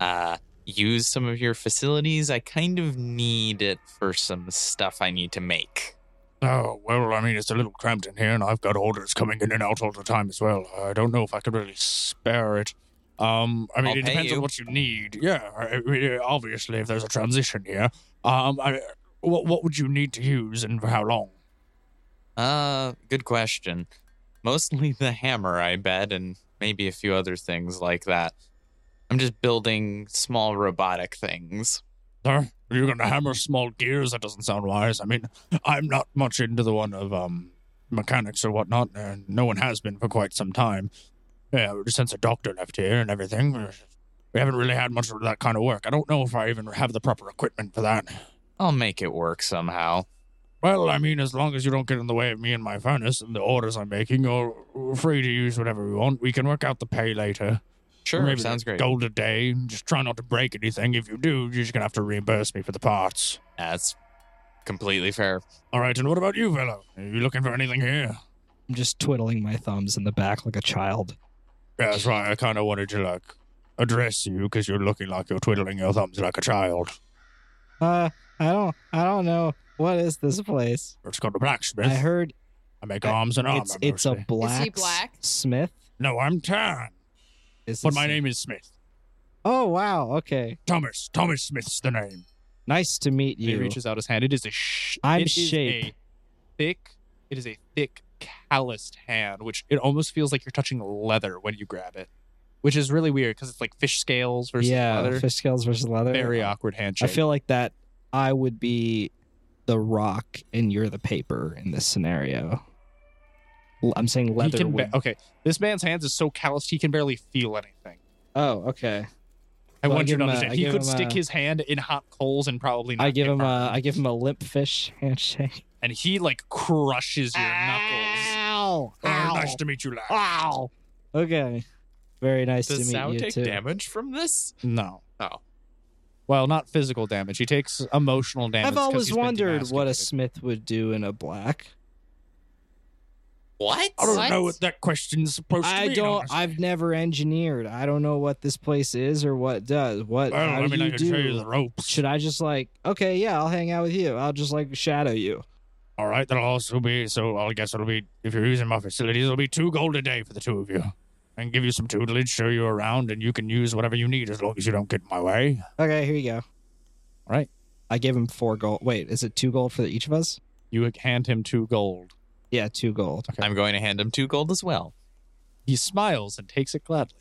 uh use some of your facilities. I kind of need it for some stuff I need to make. Oh, well, I mean, it's a little cramped in here, and I've got orders coming in and out all the time as well. I don't know if I could really spare it. Um, I mean, I'll it pay depends you. on what you need. Yeah, I mean, uh, obviously, if there's a transition here, um, I, what what would you need to use and for how long? Uh, good question. Mostly the hammer, I bet, and maybe a few other things like that. I'm just building small robotic things. Sir, you're gonna hammer small gears. That doesn't sound wise. I mean, I'm not much into the one of um mechanics or whatnot, and no one has been for quite some time. Yeah, since a doctor left here and everything, we haven't really had much of that kind of work. I don't know if I even have the proper equipment for that. I'll make it work somehow. Well, I mean, as long as you don't get in the way of me and my furnace and the orders I'm making, you're free to use whatever we want. We can work out the pay later. Sure, Maybe sounds the great. Gold a day. Just try not to break anything. If you do, you're just gonna have to reimburse me for the parts. That's completely fair. All right, and what about you, fellow? Are you looking for anything here? I'm just twiddling my thumbs in the back like a child. Yeah, that's right. I kind of wanted to like address you because you're looking like you're twiddling your thumbs like a child. Uh, I don't, I don't know what is this place. It's called a blacksmith. I heard I make I- arms Oh, and armor. it's it's a mostly. black, black? smith. no. I'm Tan, Is but this- my name is Smith. Oh wow, okay. Thomas. Thomas Smith's the name. Nice to meet He you. reaches out his hand. It is a sh- I'm it is shape. a thick. It is a thick, calloused hand, which it almost feels like you're touching leather when you grab it, which is really weird because it's like fish scales versus yeah, leather. fish scales versus leather. Very awkward I handshake. feel like that I would be the rock and you're the paper in this scenario. L- I'm saying He leather. can ba- would- okay, this man's hands is so calloused he can barely feel anything. oh, okay. I Well, I want you give to him a- understand. I he give could him stick a- his hand in hot coals and probably not I give get him a burned. I give him a limp fish handshake. and he like crushes your knuckles. Ow! Oh, nice to meet you, lad. Wow. Okay. Very nice to Does meet Sao you take too. damage from this? No. Oh. Well, not physical damage. He takes emotional damage. I've 'cause always he's been wondered what a demasculated. Smith would do in a black. What? I don't What? know what that question's Oh, supposed to I mean. don't. honestly. I've never engineered. I don't know what this place is or what it does. What? Well, I how do mean, I you can do? show you the ropes. Should I just like? Okay, yeah, I'll hang out with you. I'll just like shadow you. All right, that'll also be so. I guess it'll be if you're using my facilities, it'll be two gold a day for the two of you, and give you some tutelage, show you around, and you can use whatever you need as long as you don't get in my way. Okay, here you go. All right. I give him four gold. Wait, is it two gold for each of us? You hand him two gold. Yeah, two gold. I'm going to hand him two gold as well. He smiles and takes it gladly.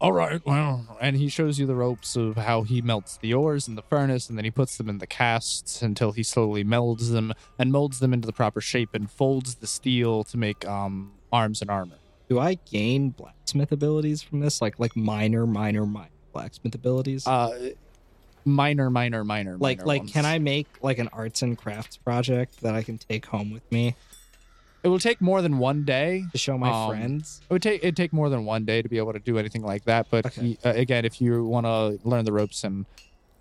all right, well, and he shows you the ropes of how he melts the ores in the furnace, and then he puts them in the casts until he slowly melds them and molds them into the proper shape and folds the steel to make um, arms and armor. Do I gain blacksmith abilities from this? Like like minor, minor, minor blacksmith abilities? Uh, minor, minor, minor. like minor like can ones. I make like an arts and crafts project that I can take home with me It will take more than one day. to show my Um, friends? It would take it take more than one day to be able to do anything like that. But Okay. he, uh, again, if you want to learn the ropes and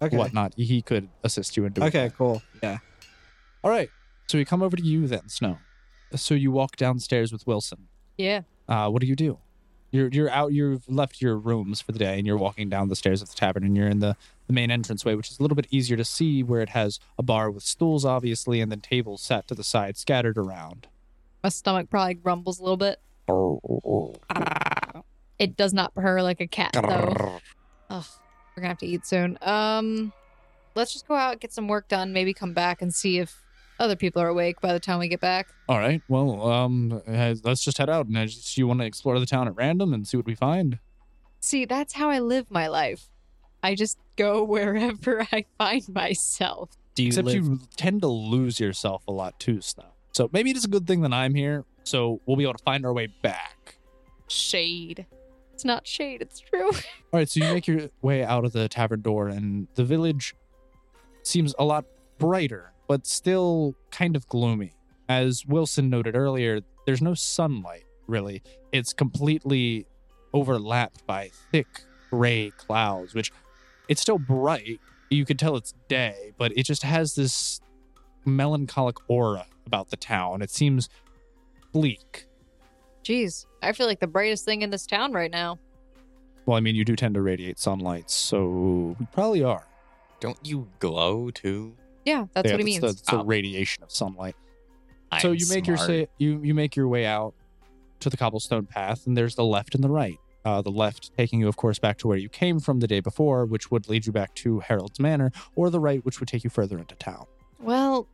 Okay. whatnot, he could assist you in doing. Okay, that. cool. Yeah. All right. So we come over to you then, Snow. So you walk downstairs with Wilson. Yeah. Uh, what do you do? You're you're out. You've left your rooms for the day, and you're walking down the stairs of the tavern, and you're in the the main entranceway, which is a little bit easier to see, where it has a bar with stools, obviously, and then tables set to the side, scattered around. My stomach probably rumbles a little bit. It does not purr like a cat though. Ugh, we're gonna have to eat soon. Um, let's just go out, get some work done, maybe come back and see if other people are awake by the time we get back. All right. Well, um, uh, let's just head out, and I just, you want to explore the town at random and see what we find. See, that's how I live my life. I just go wherever I find myself. Do you Except live you tend to lose yourself a lot too, Snow. So maybe it is a good thing that I'm here, so we'll be able to find our way back. Shade. It's not shade, it's true. All right, so you make your way out of the tavern door, and the village seems a lot brighter, but still kind of gloomy. As Wilson noted earlier, there's no sunlight, really. It's completely overlapped by thick gray clouds, which it's still bright. You could tell it's day, but it just has this melancholic aura about the town. It seems bleak. Jeez, I feel like the brightest thing in this town right now. Well, I mean, you do tend to radiate sunlight, so we probably are. Don't you glow too? Yeah, that's Yeah, what he means. The, it's the Oh. radiation of sunlight. I'm so you make your smart. say, you you make your way out to the cobblestone path, and there's the left and the right. Uh, the left taking you, of course, back to where you came from the day before, which would lead you back to Harold's Manor, or the right, which would take you further into town. Well,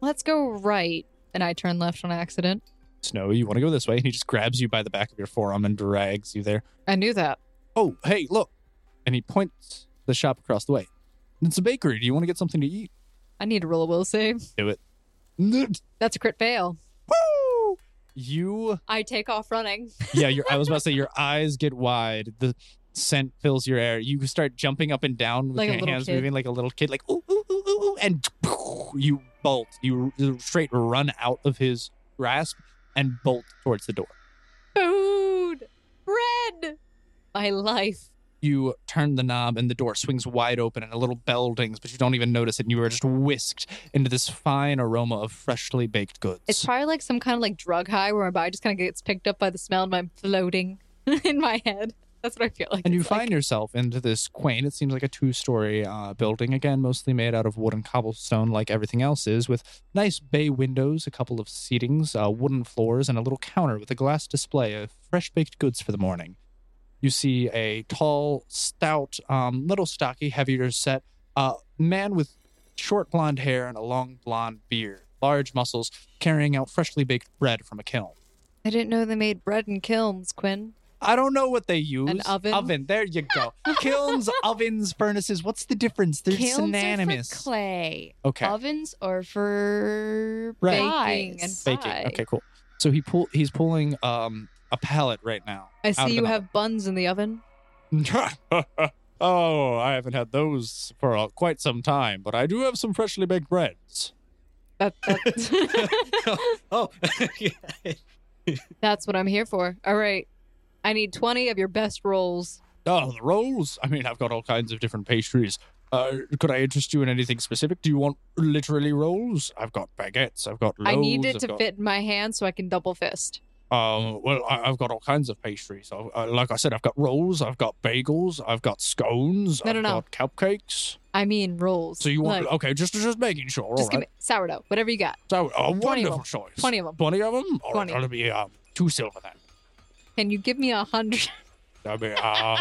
let's go right. And I turn left on accident. Snowy, you want to go this way, and he just grabs you by the back of your forearm and drags you there. I knew that. Oh, hey, look! And he points the shop across the way. It's a bakery. Do you want to get something to eat? I need to roll a will save. That's a crit fail. Woo! You I take off running. yeah, your, I was about to say your eyes get wide. The scent fills your air. You start jumping up and down with Like a your little hands kid. moving like a little kid, like ooh ooh ooh ooh, ooh and you bolt. You straight run out of his grasp and bolt towards the door. Food! Bread! My life. You turn the knob and the door swings wide open and a little bell dings, but you don't even notice it. And you are just whisked into this fine aroma of freshly baked goods. It's probably like some kind of like drug high where my body just kind of gets picked up by the smell and I'm floating in my head. That's what I feel like. and you it's like. find yourself into this quaint it seems like a two-story uh, building again mostly made out of wood and cobblestone like everything else is with nice bay windows a couple of seatings uh, wooden floors and a little counter with a glass display of fresh baked goods for the morning you see a tall stout um, little stocky heavier set uh, man with short blonde hair and a long blonde beard large muscles carrying out freshly baked bread from a kiln I didn't know they made bread in kilns, Quinn. I don't know what they use. An oven? Oven. There you go. Kilns, ovens, furnaces. What's the difference? They're Kilns synonymous. Are for clay. okay. Ovens are for Right. Baking pies. and Baking. pie. Okay, cool. So he pull he's pulling um a pallet right now. I Out of see you an have buns in the oven. oh, I haven't had those for uh, quite some time, but I do have some freshly baked breads. That, that- Oh that's what I'm here for. All right. I need 20 of your best rolls. Oh, the rolls. I mean, I've got all kinds of different pastries. Uh, could I interest you in anything specific? Do you want literally rolls? I've got baguettes. I've got loaves. I need it I've to got- fit in my hand so I can double fist. Um, well, I, I've got all kinds of pastries. I, I, like I said, I've got rolls, I've got bagels, I've got scones, No, I've no, no. got cupcakes. I mean rolls. So you want Like, okay? Just just making sure. just all give me right. sourdough, whatever you got. So a wonderful of 'em. choice. 20 of them. Twenty of them. All 20. right, that'll be um, two silver then. Can you give me a hundred? That'll be uh,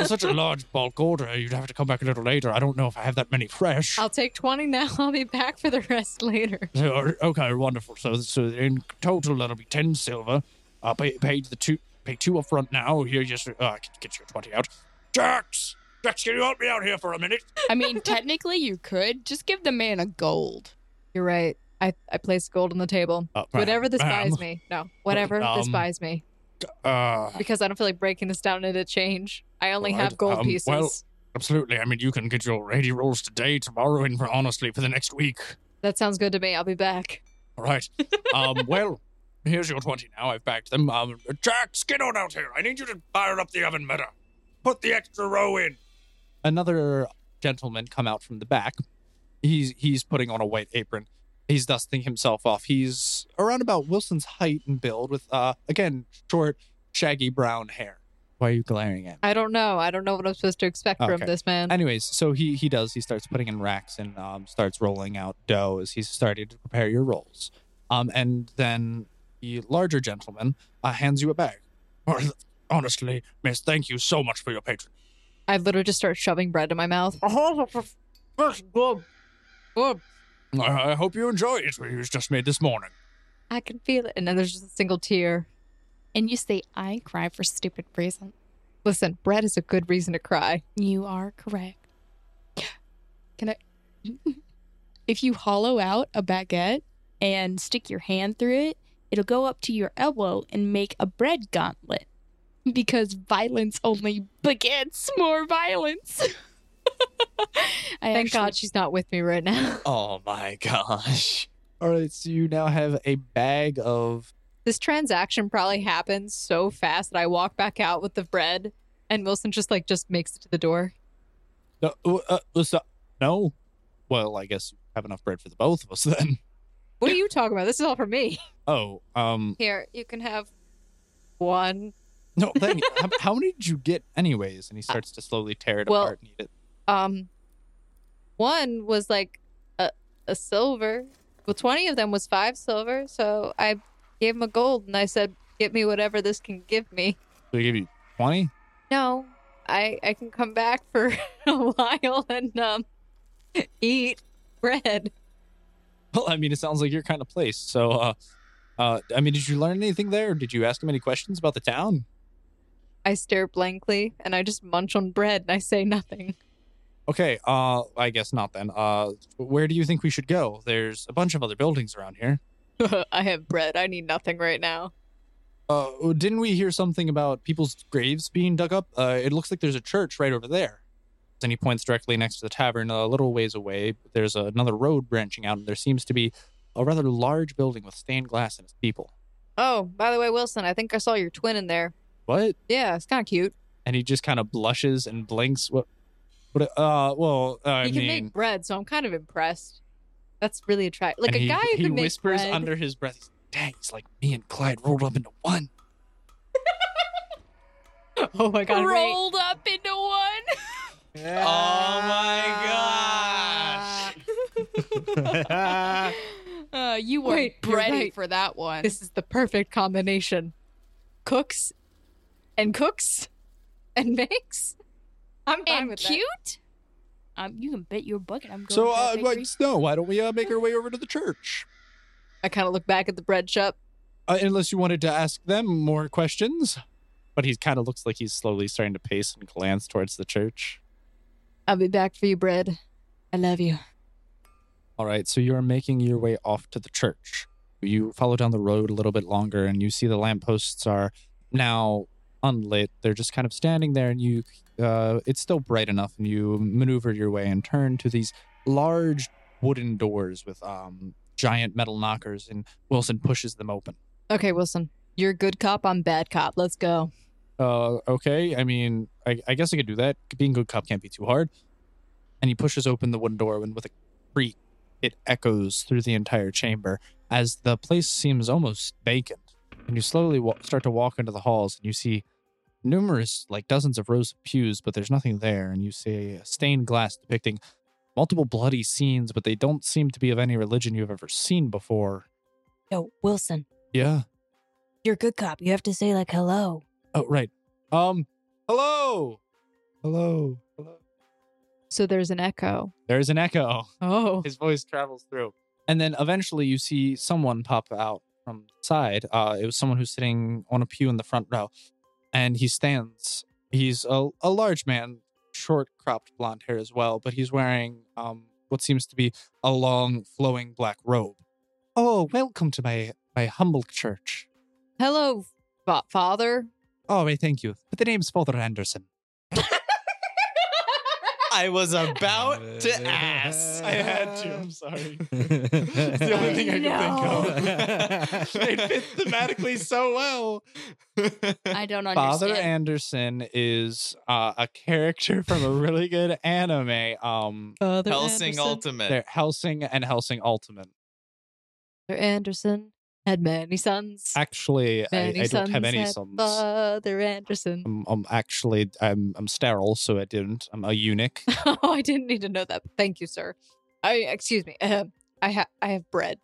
it's such a large bulk order. You'd have to come back a little later. I don't know if I have that many fresh. I'll take twenty now. I'll be back for the rest later. uh, So, okay, wonderful. So so in total that'll be ten silver. I pay, paid the two pay two up front now. Here, just uh, I can get your twenty out. Jax, Jax, can you help me out here for a minute? I mean, technically, you could just give the man a gold. You're right. I, I placed gold on the table. Uh, ma'am, Whatever this ma'am, buys me. No, whatever this um, buys me. Uh, Because I don't feel like breaking this down into change. I only Well, I d- have gold um, pieces. well- absolutely. I mean, you can get your eighty rolls today, tomorrow, and for, honestly for the next week. that sounds good to me. I'll be back. All right. Um, well, here's your 20 now. I've backed them. Um, Jax, get on out here. I need you to fire up the oven meta. Put the extra row in. another gentleman come out from the back. He's he's putting on a white apron. He's dusting himself off. He's around about Wilson's height and build with uh again short, shaggy brown hair. Why are you glaring at me? I don't know. I don't know what I'm supposed to expect from Okay. this man. Anyways, so he he does. He starts putting in racks and um, starts rolling out dough as he's starting to prepare your rolls. Um, and then the larger gentleman uh, hands you a bag. Well, honestly, miss, thank you so much for your patron. I literally just start shoving bread in my mouth. I, I hope you enjoy it. It was just made this morning. I can feel it. And then there's just a single tear. And you say, I cry for stupid reason. Listen, bread is a good reason to cry. You are correct. Can I? if you hollow out a baguette and stick your hand through it, it'll go up to your elbow and make a bread gauntlet. Because violence only begets more violence. I Thank actually- God she's not with me right now. Oh my gosh. All right, so you now have a bag of This transaction probably happened so fast that I walk back out with the bread and Wilson just like just makes it to the door. No, uh, uh, what's up? no. Well, I guess you have enough bread for the both of us then. What are you talking about? This is all for me. Oh, um, Here, you can have one. no, thank you. how, how many did you get, anyways? And he starts to slowly tear it Well- apart and eat it. Um one was like a a silver. Well, 20 of them was 5 silver, so I gave him a gold and I said, "Get me whatever this can give me." So they give you twenty. No, I I can come back for a while and um eat bread. Well, I mean, it sounds like your kind of place. So, uh, uh, I mean, did you learn anything there? Did you ask him any questions about the town? I stare blankly and I just munch on bread and I say nothing. Okay, uh, I guess not then. Uh, where do you think we should go? There's a bunch of other buildings around here. I have bread. I need nothing right now. Uh, didn't we hear something about people's graves being dug up? Uh, it looks like there's a church right over there. And he points directly next to the tavern, a little ways away. There's another road branching out, and there seems to be a rather large building with stained glass and its people. Oh, by the way, Wilson, I think I saw your twin in there. What? Yeah, it's kind of cute. And he just kind of blushes and blinks. What? What? Uh, well, I he mean, can make bread, so I'm kind of impressed. That's really attractive. Like and a he, guy who he can make whispers bread. under his breath, he's, "Dang, it's like me and Clyde rolled up into one." oh my god, wait. rolled up into one. Oh my gosh. Uh, you were Wait, you're ready right. for that one. This is the perfect combination. Cooks and cooks and makes. I'm fine and with cute. Um, you can bet your bucket. I'm going. So, to that uh, bakery. like, no, why don't we uh, make our way over to the church? that. I kind of look back at the bread shop. uh, unless you wanted to ask them more questions. But he kind of looks like he's slowly starting to pace and glance towards the church. I'll be back for you, bread. I love you. All right, so you are making your way off to the church. You follow down the road a little bit longer and you see the lampposts are now unlit. They're just kind of standing there and you uh, it's still bright enough and you maneuver your way and turn to these large wooden doors with um, giant metal knockers and Wilson pushes them open. Okay, Wilson, you're a good cop. I'm bad cop. Let's go. uh, okay. I mean, I, I guess I could do that. Being a good cop can't be too hard. And he pushes open the wooden door, and with a creak, it echoes through the entire chamber as the place seems almost vacant. And you slowly wa- start to walk into the halls, and you see numerous, like dozens of rows of pews, but there's nothing there. And you see stained glass depicting multiple bloody scenes, but they don't seem to be of any religion you've ever seen before. Yo, Wilson, Yeah. you're a good cop. You have to say like hello. Oh, right. Um, hello. Hello. Hello. So there's an echo. There's an echo. Oh. his voice travels through. And then eventually you see someone pop out from the side. Uh, it was someone who's sitting on a pew in the front row. and he stands. He's a, a large man, short cropped blonde hair as well, but he's wearing um, what seems to be a long flowing black robe. Oh, welcome to my, my humble church. Hello, fa- father. Oh, I thank you. But the name's Father Anderson. I was about to ask. I had to. I'm sorry. it's the only thing I Oh. could think of. It fit thematically so well. I don't Father understand. Anderson is uh, a character from a really good anime. Um, Father Helsing Ultimate. they're Helsing and Helsing Ultimate. Father Anderson had many sons. Actually, I, many I don't have any had sons. Um, Father Anderson. I'm, I'm actually I'm I'm sterile, so I didn't. I'm a eunuch. oh, I didn't need to know that. but Thank you, sir. I excuse me. ahem, I ha- I have bread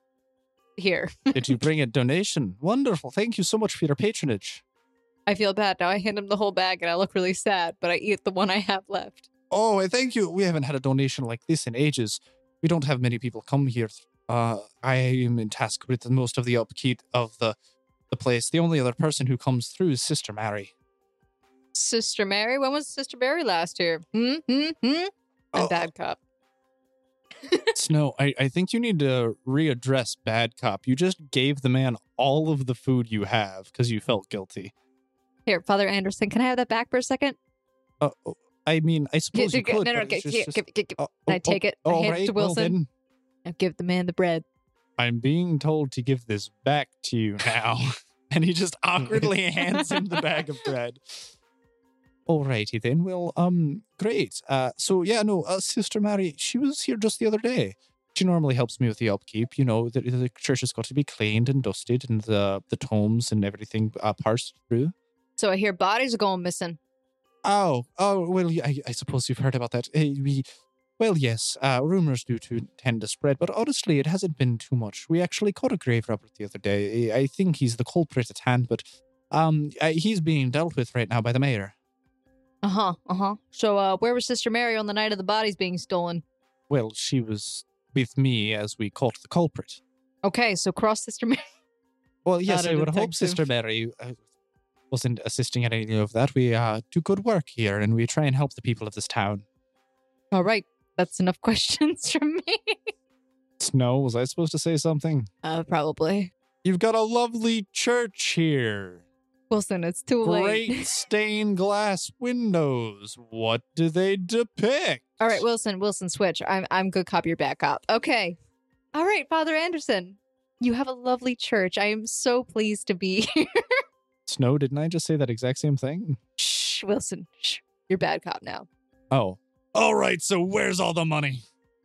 here. Did you bring a donation? Wonderful. Thank you so much for your patronage. I feel bad now. I hand him the whole bag, and I look really sad. But I eat the one I have left. Oh, I thank you. We haven't had a donation like this in ages. We don't have many people come here. Uh, I am in task with most of the upkeep of the the place. The only other person who comes through is Sister Mary. Sister Mary. When was Sister Mary last here? Hmm. Hmm. Hmm. I'm Oh. bad cop. Snow, I, I think you need to readdress Bad Cop. You just gave the man all of the food you have because you felt guilty. Here, Father Anderson. Can I have that back for a second? Uh, oh, I mean, I Gi- suppose you gi- could. no, no, but gi- it's just- gi- just- gi- gi- gi- oh, I oh, take it. I oh, hand it right, to well Wilson. then, I give the man the bread. I'm being told to give this back to you now. and he just awkwardly hands him the bag of bread. Alrighty then. Well, um, great. Uh, so yeah, no, uh, Sister Mary, she was here just the other day. She normally helps me with the upkeep. You know, the, the church has got to be cleaned and dusted, and the the tomes and everything uh, parsed through. So I hear bodies are going missing. Oh, oh, well, yeah, I, I suppose you've heard about that. Eh, we, well, yes, uh, rumors do to tend to spread, but honestly, it hasn't been too much. We actually caught a grave robber the other day. Eh, I I think he's the culprit at hand, but um, uh, he's being dealt with right now by the mayor. Uh huh. Uh huh. So uh, where was Sister Mary on the night of the bodies being stolen? Well, she was with me as we caught the culprit. Okay, so cross Sister Mary. Well, yes, I Not a would hope detective. Sister Mary uh, wasn't assisting in any of that. We uh, do good work here, and we try and help the people of this town. All right, that's enough questions from me. Snow, was I supposed to say something? Uh, probably. You've got a lovely church here. Wilson, it's too late. Great stained glass windows. What do they depict? All right, Wilson, Wilson, switch. I'm I'm good cop, you're bad cop. Okay. All right, Father Anderson. You have a lovely church. I am so pleased to be here. Snow, didn't I just say that exact same thing? Shh, Wilson. Shh. You're bad cop now. Oh. All right, so where's all the money?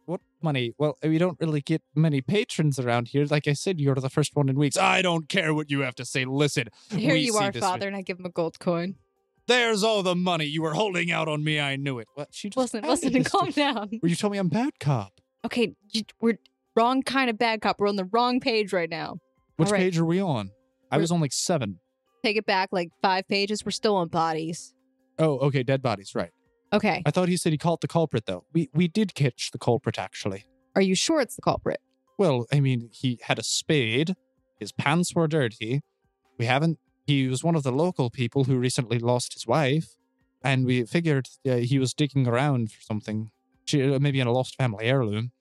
What money? Well, we don't really get many patrons around here. Like I said, you're the first one in weeks. I don't care what you have to say. Listen, Here we you see are, this- Father, and I give him a gold coin. There's all the money. You were holding out on me. I knew it. What? She just Wilson, handed Wilson, this to- calm down. Well, you told me I'm bad cop. Okay, you, we're wrong kind of bad cop. We're on the wrong page right now. Which right. page are we on? I We're- was on like seven. Take it back like five pages. We're still on bodies. Oh, okay, dead bodies, right. Okay. I thought he said he caught the culprit, though. We we did catch the culprit, actually. Are you sure it's the culprit? Well, I mean, he had a spade. His pants were dirty. We haven't. He was one of the local people who recently lost his wife, and we figured uh, he was digging around for something, She- uh, maybe in a lost family heirloom.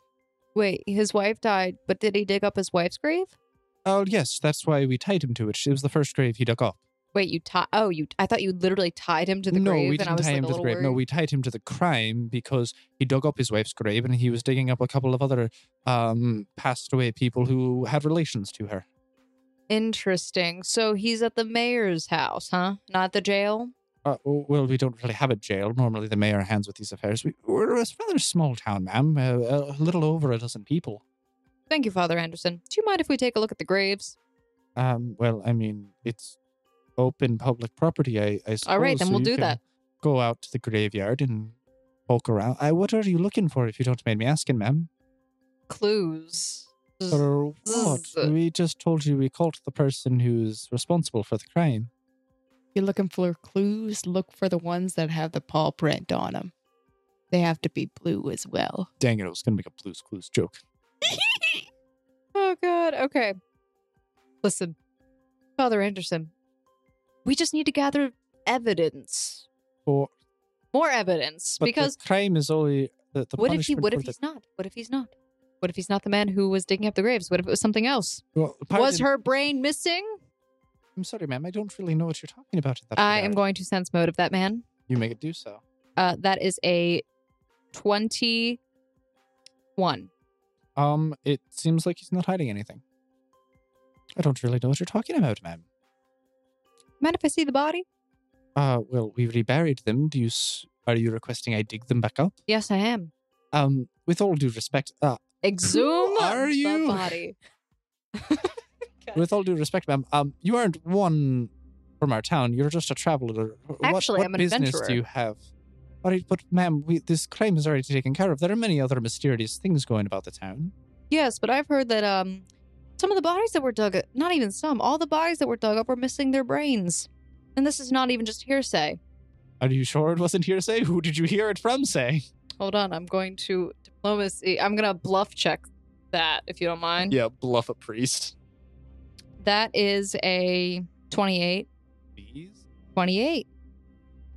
Wait, his wife died, but did he dig up his wife's grave? Oh yes, that's why we tied him to it. It was the first grave he dug up. Wait, you tied? Oh, you? I thought you literally tied him to the no, grave, we and didn't I was tie like him "Oh, to a the little grave. worried. No, we tied him to the crime because he dug up his wife's grave and he was digging up a couple of other um, passed away people who had relations to her. Interesting. So he's at the mayor's house, huh? Not the jail. Uh, w- well, we don't really have a jail. Normally, the mayor hands with these affairs. We, we're a rather small town, ma'am. Uh, a little over a dozen people. Thank you, Father Anderson. Do you mind if we take a look at the graves? Um, well, I mean, it's open public property. I, I suppose. All right, then so we'll you do can that. Go out to the graveyard and poke around. Uh, what are you looking for, if you don't mind me asking, ma'am? Clues. For what? zzz. We just told you we caught the person who's responsible for the crime. You're looking for clues. Look for the ones that have the paw print on them. They have to be blue as well. Dang it! I was gonna make a Blue's Clues joke. Oh God. Okay. Listen, Father Anderson, we just need to gather evidence. For More evidence. but because the crime is only the, the what if he punishment what if for he's not? What if he's not? What if he's not the man who was digging up the graves? What if it was something else? the, well, Was pardon- her brain missing? I'm sorry, ma'am. I don't really know what you're talking about. At that I am regard. going to sense motive that man. You make it do so. Uh, that is a 21. Um, it seems like he's not hiding anything. I don't really know what you're talking about, ma'am. Mind if I see the body? Uh, well, we reburied them. Do you s- are you requesting I dig them back up? Yes, I am. Um, with all due respect, uh, Exhume are you? the body. with all due respect, ma'am, um, you aren't one from our town. You're just a traveler. What- Actually, what I'm an business do adventurer. you have? All right, but ma'am, we, this crime is already taken care of. There are many other mysterious things going about the town. Yes, but I've heard that um some of the bodies that were dug up, not even some, all the bodies that were dug up were missing their brains. And this is not even just hearsay. Are you sure it wasn't hearsay? Who did you hear it from? Say. Hold on, I'm going to diplomacy. I'm going to bluff check that if you don't mind. Yeah, bluff a priest. That is a 28. Please. 28.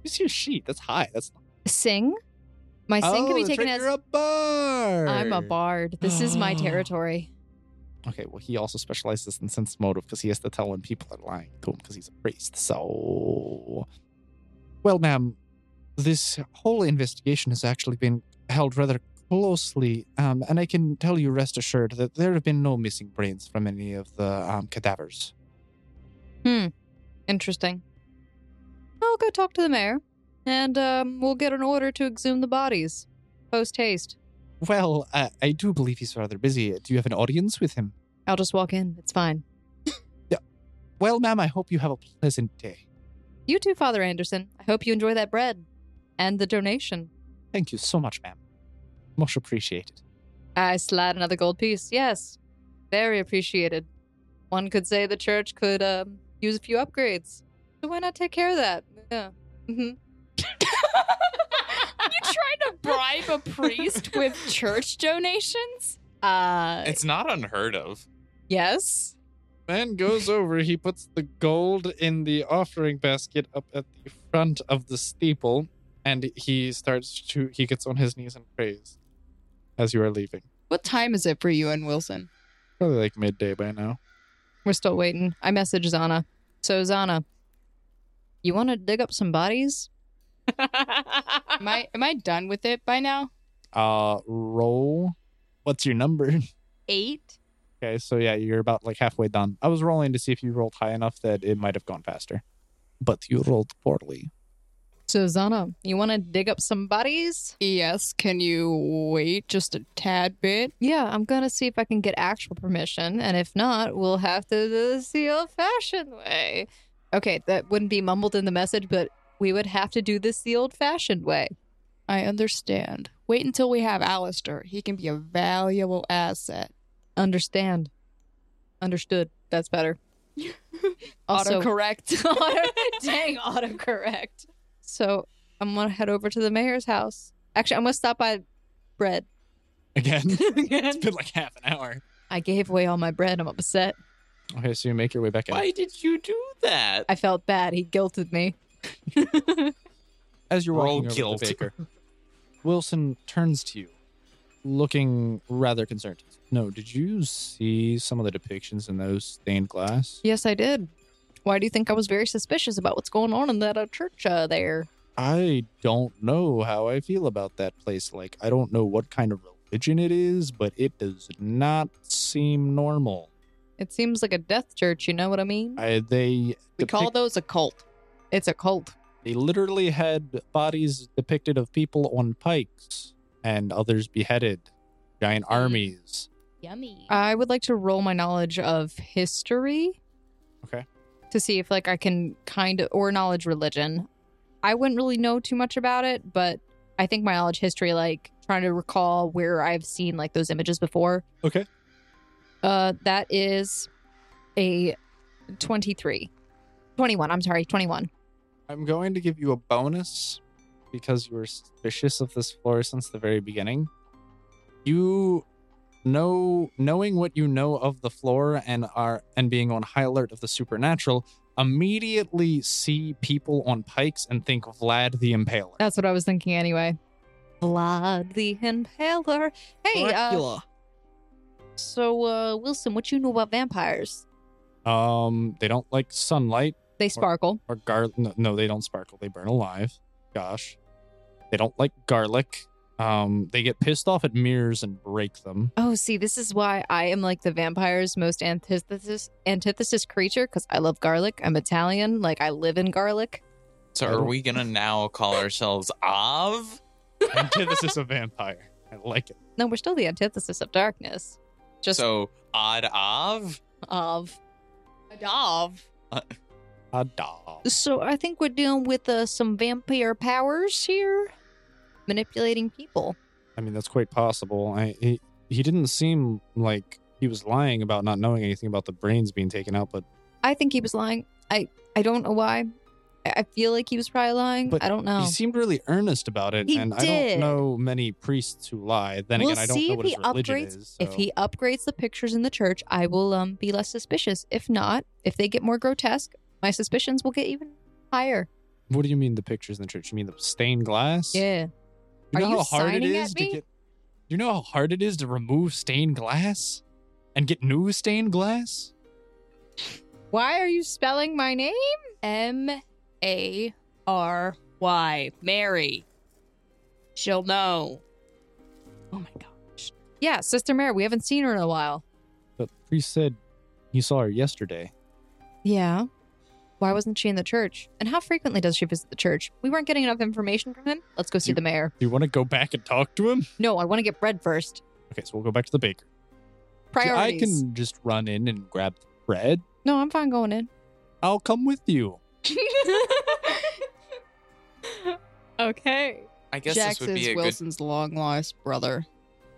Who's your sheet? That's high. That's Oh, Sing. My sing can be that's taken right, as you're a bard. I'm a bard. This is my territory. Okay, well, he also specializes in sense motive because he has to tell when people are lying to him because he's a priest. So, well, ma'am, this whole investigation has actually been held rather closely, um, and I can tell you, rest assured, that there have been no missing brains from any of the um, cadavers. Interesting. I'll go talk to the mayor, and um, we'll get an order to exhume the bodies post haste. Well, uh, I do believe he's rather busy. Do you have an audience with him? I'll just walk in. It's fine. Well, ma'am, I hope you have a pleasant day. You too, Father Anderson. I hope you enjoy that bread and the donation. Thank you so much, ma'am. Much appreciated. I slide another gold piece. Yes, very appreciated. One could say the church could um, use a few upgrades. So why not take care of that? Yeah. hmm you trying to bribe a priest with church donations? Uh, It's not unheard of. yes. Man goes over, he puts the gold in the offering basket up at the front of the steeple, and he starts to he gets on his knees and prays as you are leaving. What time is it for you and Wilson? Probably like midday by now. We're still waiting. I message Zana. So Zana, you want to dig up some bodies? Am I am I done with it by now? Uh roll. What's your number? Eight. Okay, so yeah, you're about like halfway done. I was rolling to see if you rolled high enough that it might have gone faster. But you rolled poorly. So Zana, you want to dig up some bodies? Yes. Can you wait just a tad bit? Yeah, I'm gonna see if I can get actual permission, and if not, we'll have to do this the old-fashioned way. Okay, that wouldn't be mumbled in the message, but we would have to do this the old-fashioned way. I understand. Wait until we have Alistair. He can be a valuable asset. Understand? Understood. That's better. also, Autocorrect. auto, dang autocorrect. So I'm gonna head over to the mayor's house. Actually, I'm gonna stop by bread. Again. it's been like half an hour. I gave away all my bread. I'm upset. Okay, so you make your way back out. Why did you do that? I felt bad. He guilted me. as you're Roll walking over to guilt. the baker, Wilson turns to you, looking rather concerned. No, did you see some of the depictions in those stained glass? Yes, I did. Why do you think I was very suspicious about what's going on in that uh, church uh, there? I don't know how I feel about that place. Like, I don't know what kind of religion it is, but it does not seem normal. It seems like a death church. You know what I mean? I, they we call depict- those a cult. It's a cult. They literally had bodies depicted of people on pikes and others beheaded, giant armies. Yummy. I would like to roll my knowledge of history. Okay. To see if like I can kind of or knowledge religion. I wouldn't really know too much about it, but I think my knowledge history, like trying to recall where I've seen like those images before. Okay. Uh, that is a twenty-three. 21, I'm sorry, 21. I'm going to give you a bonus because you were suspicious of this floor since the very beginning. You know knowing what you know of the floor and are and being on high alert of the supernatural, immediately see people on pikes and think Vlad the Impaler. That's what I was thinking anyway. Vlad the Impaler. Hey, uh, so uh, Wilson, what you know about vampires? Um, they don't like sunlight They sparkle. or gar. No, no, they don't sparkle. They burn alive. Gosh, they don't like garlic. Um, they get pissed off at mirrors and break them. Oh, see, this is why I am like the vampire's most antithesis antithesis creature because I love garlic. I'm Italian. Like I live in garlic. So are we gonna now call ourselves Av? Antithesis of vampire. I like it. No, we're still the antithesis of darkness. Just so odd Av? of. Dov. A doll. So I think we're dealing with uh, some vampire powers here, manipulating people. I mean, that's quite possible. I he, he didn't seem like he was lying about not knowing anything about the brains being taken out, but I think he was lying. I I don't know why. I, I feel like he was probably lying. But I don't know. he seemed really earnest about it. Oh. He and I don't did. know many priests who lie. Then We'll again, I don't see know if what his he religion upgrades- is. If so- he upgrades the pictures in the church, I will um be less suspicious. If not, if they get more grotesque, my suspicions will get even higher. what do you mean the pictures in the church? You mean the stained glass? Yeah. You Are know you how hard it signing at is to me? get. You know how hard it is to remove stained glass, and get new stained glass. Why are you spelling my name? M A R Y. Mary. She'll know. Oh my gosh. Yeah, Sister Mary. We haven't seen her in a while. The priest said he saw her yesterday. Yeah. Why wasn't she in the church? And how frequently does she visit the church? We weren't getting enough information from him. Let's go see You- the mayor. Do you want to go back and talk to him? No, I want to get bread first. Okay, so we'll go back to the baker. See, Priorities. I can just run in and grab the bread. No, I'm fine going in. I'll come with you. okay. I guess Jax this would is be a good Wilson's long lost brother.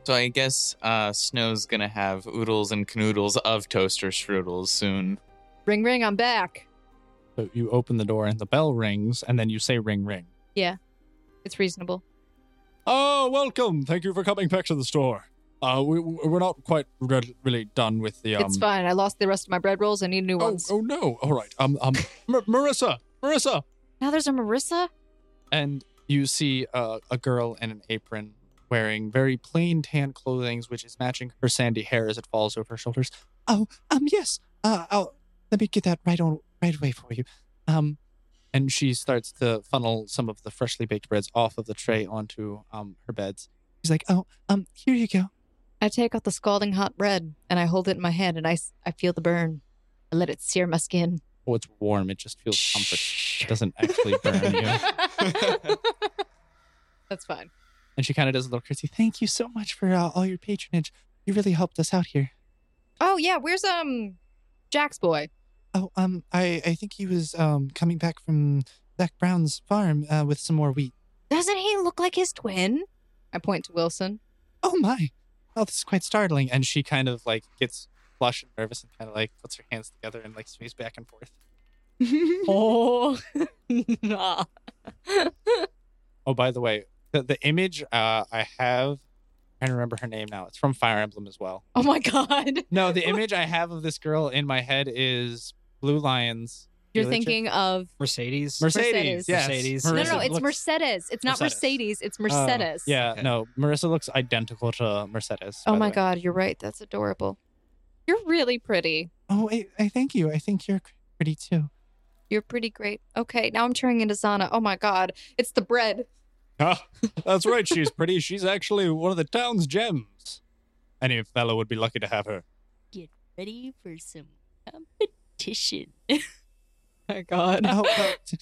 So I guess uh, Snow's gonna have oodles and canoodles of toaster strudels soon. Ring, ring. I'm back. So you open the door and the bell rings, and then you say ring ring. It's reasonable. Oh, welcome. Thank you for coming back to the store. Uh, we, we're not quite re- really done with the. Um, it's fine. I lost the rest of my bread rolls. I need new Oh, ones. oh, no. All right. Um, um, Mar- Marissa, Marissa. Now there's a Marissa. And you see uh, a girl in an apron wearing very plain tan clothing, which is matching her sandy hair as it falls over her shoulders. Oh, um, yes. Uh, I'll, let me get that right on right away for you. Um, and she starts to funnel some of the freshly baked breads off of the tray onto um her beds. She's like, "Oh, um, here you go." I take out the scalding hot bread and I hold it in my hand and I, s- I feel the burn. I let it sear my skin. Oh, it's warm. It just feels comfort. It doesn't actually burn you. Mm-hmm. That's fine. And she kind of does a little curtsy. Thank you so much for uh, all your patronage. You really helped us out here. Oh yeah, where's um Jack's boy? Oh, um, I, I think he was um coming back from Zach Brown's farm uh, with some more wheat. Doesn't he look like his twin? I point to Wilson. Oh my! Oh, this is quite startling. And she kind of like gets flush and nervous and kind of like puts her hands together and like sways back and forth. Oh nah. Oh, by the way, the, the image uh, I have, I don't remember her name now. It's from Fire Emblem as well. Oh my god. No, the image I have of this girl in my head is Blue Lions. You're Really? thinking of Mercedes. Mercedes. Mercedes. Yes. Mercedes. No, Marissa no, no, it's looks- uh, Mercedes. It's not Mercedes. Oh. Mercedes, it's Mercedes. Yeah, Okay. no, Marissa looks identical to Mercedes. Oh by the my way. god, you're right. That's adorable. You're really pretty. Oh, I, I thank you. I think you're pretty too. You're pretty great. Okay, now I'm turning into Zana. Oh my god, it's the bread. Ah, that's right. She's pretty. She's actually one of the town's gems. Any fellow would be lucky to have her. Ready for some competition. my god. Uh, Oh, well, t-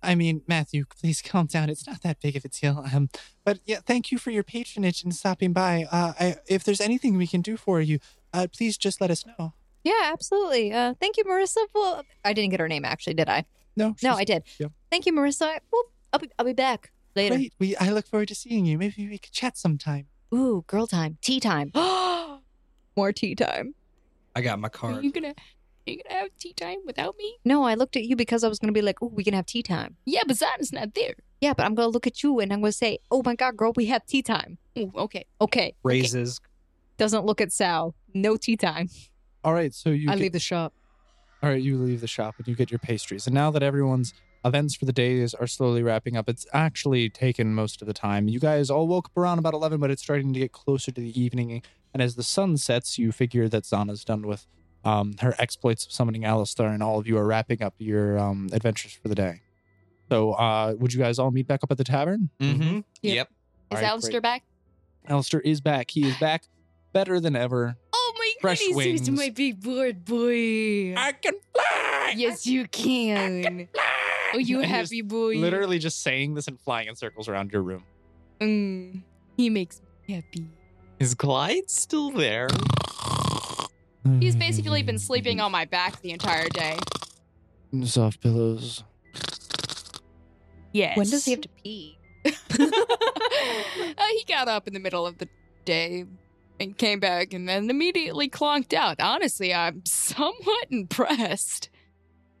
I mean, Matthew, please calm down. It's not that big of a deal. Um, but yeah, thank you for your patronage and stopping by. Uh, I, if there's anything we can do for you, uh, please just let us know. Yeah, absolutely. Uh, thank you, Marissa. Well, I didn't get her name actually, did I? No, No, she's I did. yeah. Thank you, Marissa. Well, I'll be, I'll be back later. great. We, I look forward to seeing you. Maybe we could chat sometime. Ooh, girl time, tea time. More tea time. I got my Are card. you gonna are you gonna have tea time without me? No, I looked at you because I was gonna be like, "Ooh, we can have tea time." Yeah, but Zana's not there. Yeah, but I'm gonna look at you and I'm gonna say, "Oh my God, girl, we have tea time." Ooh, okay. Okay. Raises. Doesn't look at Sal. No tea time. All right, so you I leave the shop. All right, you leave the shop and you get your pastries. And now that everyone's events for the days are slowly wrapping up, it's actually taken most of the time. You guys all woke up around about 11, but it's starting to get closer to the evening. And as the sun sets, you figure that Zana's done with um, her exploits of summoning Alistar, and all of you are wrapping up your um, adventures for the day. So, uh, would you guys all meet back up at the tavern? Mm-hmm. Yep. Is All right, Alistair great. back? Alistair is back. He is back better than ever. Oh my Fresh goodness, he's wings. my big board boy. I can fly. yes, you can. Oh, you And he's happy boy. Literally just saying this and flying in circles around your room. Mm, he makes me happy. Is Clyde still there? He's basically been sleeping on my back the entire day. soft pillows. Yes. When does he have to pee? uh, he got up in the middle of the day and came back and then immediately clonked out. Honestly, I'm somewhat impressed.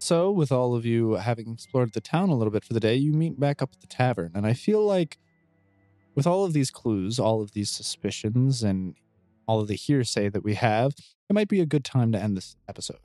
So, with all of you having explored the town a little bit for the day, you meet back up at the tavern. And I feel like, with all of these clues, all of these suspicions, and all of the hearsay that we have, it might be a good time to end this episode.